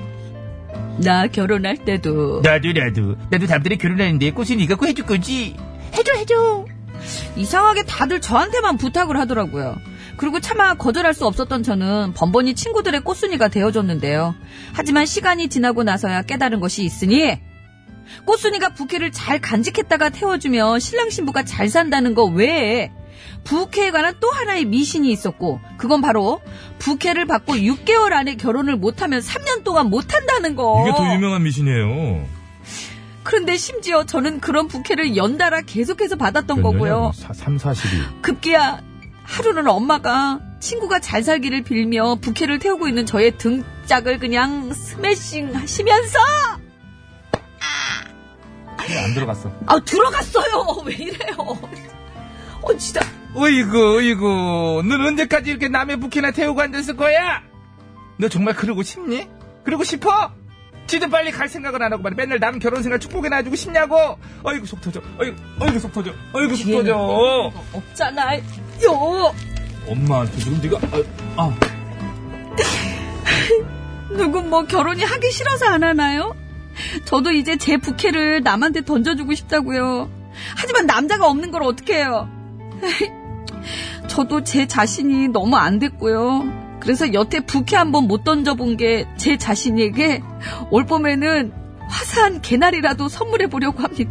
[SPEAKER 2] 나 결혼할 때도
[SPEAKER 3] 나도, 나도. 나도 다음달에 결혼하는데 꽃은 네가 꼭 해줄 거지?
[SPEAKER 2] 해줘 해줘 이상하게 다들 저한테만 부탁을 하더라고요 그리고 차마 거절할 수 없었던 저는 번번이 친구들의 꽃순이가 되어줬는데요 하지만 시간이 지나고 나서야 깨달은 것이 있으니 꽃순이가 부케를 잘 간직했다가 태워주면 신랑 신부가 잘 산다는 거 외에 부케에 관한 또 하나의 미신이 있었고 그건 바로 부케를 받고 6개월 안에 결혼을 못하면 3년 동안 못한다는 거
[SPEAKER 1] 이게 더 유명한 미신이에요.
[SPEAKER 2] 그런데 심지어 저는 그런 부케를 연달아 계속해서 받았던
[SPEAKER 1] 몇
[SPEAKER 2] 거고요.
[SPEAKER 1] 년이야? 뭐 사- 삼, 사십이.
[SPEAKER 2] 급기야 하루는 엄마가 친구가 잘 살기를 빌며 부케를 태우고 있는 저의 등짝을 그냥 스매싱 하시면서
[SPEAKER 3] 안 들어갔어.
[SPEAKER 2] 아 들어갔어요. 왜 이래요? 어 진짜
[SPEAKER 3] 어이구, 어이구. 넌 언제까지 이렇게 남의 부케나 태우고 앉았을 거야? 너 정말 그러고 싶니? 그러고 싶어? 지도 빨리 갈 생각은 안 하고 말이야. 맨날 남 결혼 생활 축복이나 해주고 싶냐고? 어이구, 속 터져. 어이구, 어이구, 속 터져. 어이구, 속 터져.
[SPEAKER 2] 없잖아요. 요
[SPEAKER 1] 엄마한테 지금 네가 아, 아.
[SPEAKER 2] 누군 뭐 결혼이 하기 싫어서 안 하나요? 저도 이제 제 부케를 남한테 던져주고 싶다고요. 하지만 남자가 없는 걸 어떻게 해요? 저도 제 자신이 너무 안 됐고요. 그래서 여태 부케 한번 못 던져본 게 제 자신에게 올 봄에는 화사한 개나리라도 선물해 보려고 합니다.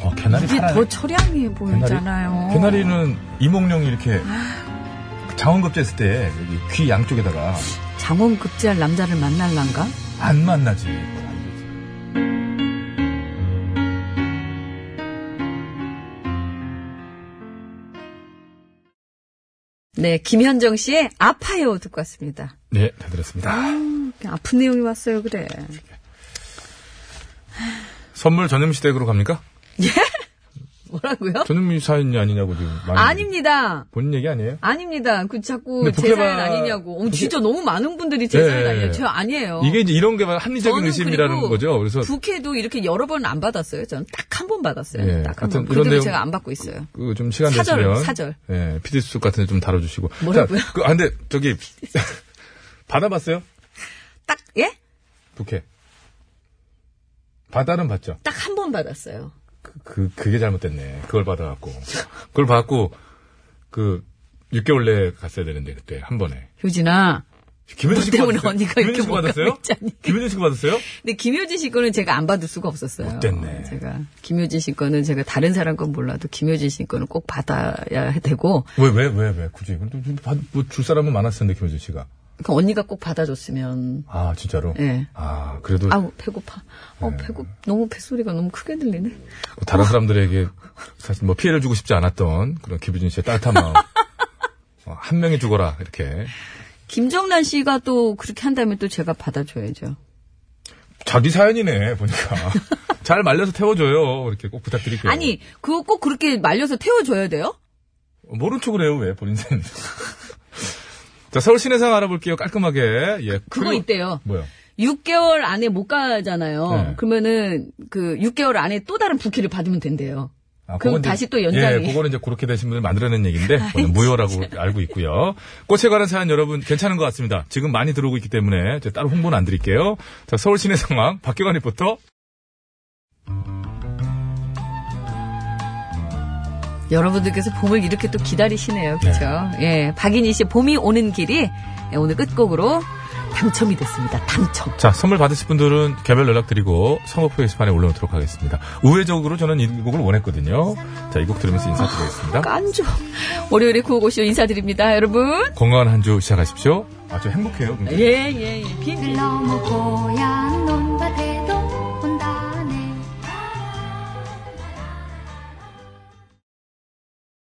[SPEAKER 1] 어, 개나리
[SPEAKER 2] 이게
[SPEAKER 1] 살아요.
[SPEAKER 2] 더 처량해 보이잖아요.
[SPEAKER 1] 개나리는 이몽룡이 이렇게
[SPEAKER 2] 아.
[SPEAKER 1] 장원급제했을 때 여기 귀 양쪽에다가
[SPEAKER 2] 장원급제할 남자를 만날란가?
[SPEAKER 1] 안 만나지.
[SPEAKER 2] 네, 김현정 씨의 아파요 듣고 왔습니다.
[SPEAKER 1] 네, 다 들었습니다.
[SPEAKER 2] 아, 아픈 내용이 왔어요, 그래.
[SPEAKER 1] 선물 전현미 씨 댁으로 갑니까?
[SPEAKER 2] 뭐라고요?
[SPEAKER 1] 전현미 사연이 아니냐고 지금 많이
[SPEAKER 2] 아닙니다.
[SPEAKER 1] 본인 얘기 아니에요?
[SPEAKER 2] 아닙니다. 그 자꾸
[SPEAKER 1] 근데
[SPEAKER 2] 제
[SPEAKER 1] 부캐가-
[SPEAKER 2] 사연 아니냐고. 어머, 진짜 너무 많은 분들이 제
[SPEAKER 1] 네.
[SPEAKER 2] 사연 아니에요. 저 아니에요.
[SPEAKER 1] 이게 이제 이런 게 바로 합리적인
[SPEAKER 2] 어. 저는
[SPEAKER 1] 의심이라는
[SPEAKER 2] 그리고
[SPEAKER 1] 거죠. 그래서
[SPEAKER 2] 부캐도 이렇게 여러 번 안 받았어요. 저는 딱 한 번 받았어요.
[SPEAKER 1] 예,
[SPEAKER 2] 딱
[SPEAKER 1] 하여튼
[SPEAKER 2] 한 번.
[SPEAKER 1] 이런
[SPEAKER 2] 그래도
[SPEAKER 1] 내용-
[SPEAKER 2] 제가 안 받고 있어요.
[SPEAKER 1] 그 좀 시간
[SPEAKER 2] 사절,
[SPEAKER 1] 되시면
[SPEAKER 2] 사절.
[SPEAKER 1] 예, 피디 수첩 같은 데 좀 다뤄주시고.
[SPEAKER 2] 뭐라고요?
[SPEAKER 1] 자, 그, 아, 근데 저기 받아봤어요?
[SPEAKER 2] 딱 예?
[SPEAKER 1] 부캐. 바다는 봤죠.
[SPEAKER 2] 딱 한 번 받았어요.
[SPEAKER 1] 그 그게 잘못됐네. 그걸 받아갖고 그걸 받고 그 6개월 내에 갔어야 되는데 그때 한 번에.
[SPEAKER 2] 효진아.
[SPEAKER 1] 김현진
[SPEAKER 2] 너
[SPEAKER 1] 씨
[SPEAKER 2] 뭐 때문에
[SPEAKER 1] 받았어요?
[SPEAKER 2] 언니가
[SPEAKER 1] 김현진
[SPEAKER 2] 이렇게
[SPEAKER 1] 씨
[SPEAKER 2] 못
[SPEAKER 1] 받았어요?
[SPEAKER 2] 가고 있잖니.
[SPEAKER 1] 김현진 씨가 받았어요?
[SPEAKER 2] 근데 김효진 씨 거는 제가 안 받을 수가 없었어요.
[SPEAKER 1] 못됐네.
[SPEAKER 2] 제가 김효진 씨 거는 제가 다른 사람 건 몰라도 김효진 씨 거는 꼭 받아야 되고
[SPEAKER 1] 왜 왜 왜 왜 굳이? 근데 뭐줄 사람은 많았을 텐데 김현진 씨가.
[SPEAKER 2] 그 언니가 꼭 받아줬으면
[SPEAKER 1] 아 진짜로?
[SPEAKER 2] 예.
[SPEAKER 1] 아 그래도
[SPEAKER 2] 아우 배고파. 어
[SPEAKER 1] 네.
[SPEAKER 2] 배고 너무 뱃소리가 너무 크게 들리네.
[SPEAKER 1] 뭐 다른 사람들에게 사실 뭐 피해를 주고 싶지 않았던 그런 김효진 씨의 따뜻한 마음. 어, 한 명이 죽어라 이렇게
[SPEAKER 2] 김정란 씨가 또 그렇게 한다면 또 제가 받아줘야죠.
[SPEAKER 1] 자기 사연이네 보니까 잘 말려서 태워줘요 이렇게 꼭 부탁드릴게요.
[SPEAKER 2] 아니 그거 꼭 그렇게 말려서 태워줘야 돼요?
[SPEAKER 1] 모른 척을 해요, 왜, 본인 사연. 자, 서울 시내상 알아볼게요, 깔끔하게. 예.
[SPEAKER 2] 그거
[SPEAKER 1] 그리고-
[SPEAKER 2] 있대요.
[SPEAKER 1] 뭐요?
[SPEAKER 2] 6개월 안에 못 가잖아요.
[SPEAKER 1] 네.
[SPEAKER 2] 그러면은 그 6개월 안에 또 다른 부캐를 받으면 된대요. 그럼 다시 또 연장이.
[SPEAKER 1] 아, 예, 그거는 이제 그렇게 되신 분을 만들어낸 얘기인데 그거는 무효라고 알고 있고요. 꽃에 관한 사연 여러분 괜찮은 것 같습니다. 지금 많이 들어오고 있기 때문에 제가 따로 홍보는 안 드릴게요. 자, 서울 시내 상황 박경환 리포터.
[SPEAKER 9] 여러분들께서 봄을 이렇게 또 기다리시네요. 그렇죠? 예. 박인희 씨의 봄이 오는 길이 예, 오늘 끝곡으로 당첨이 됐습니다. 당첨.
[SPEAKER 1] 자, 선물 받으실 분들은 개별 연락드리고 선거표 게시판에 올려놓도록 하겠습니다. 우회적으로 저는 이 곡을 원했거든요. 자, 이 곡 들으면서
[SPEAKER 2] 아,
[SPEAKER 1] 인사드리겠습니다.
[SPEAKER 9] 깐죠. 월요일에 구호고쇼 인사드립니다. 여러분.
[SPEAKER 1] 건강한 한 주 시작하십시오. 아주 행복해요. 굉장히.
[SPEAKER 9] 예, 예, 예. 빈.
[SPEAKER 10] 들러먹고야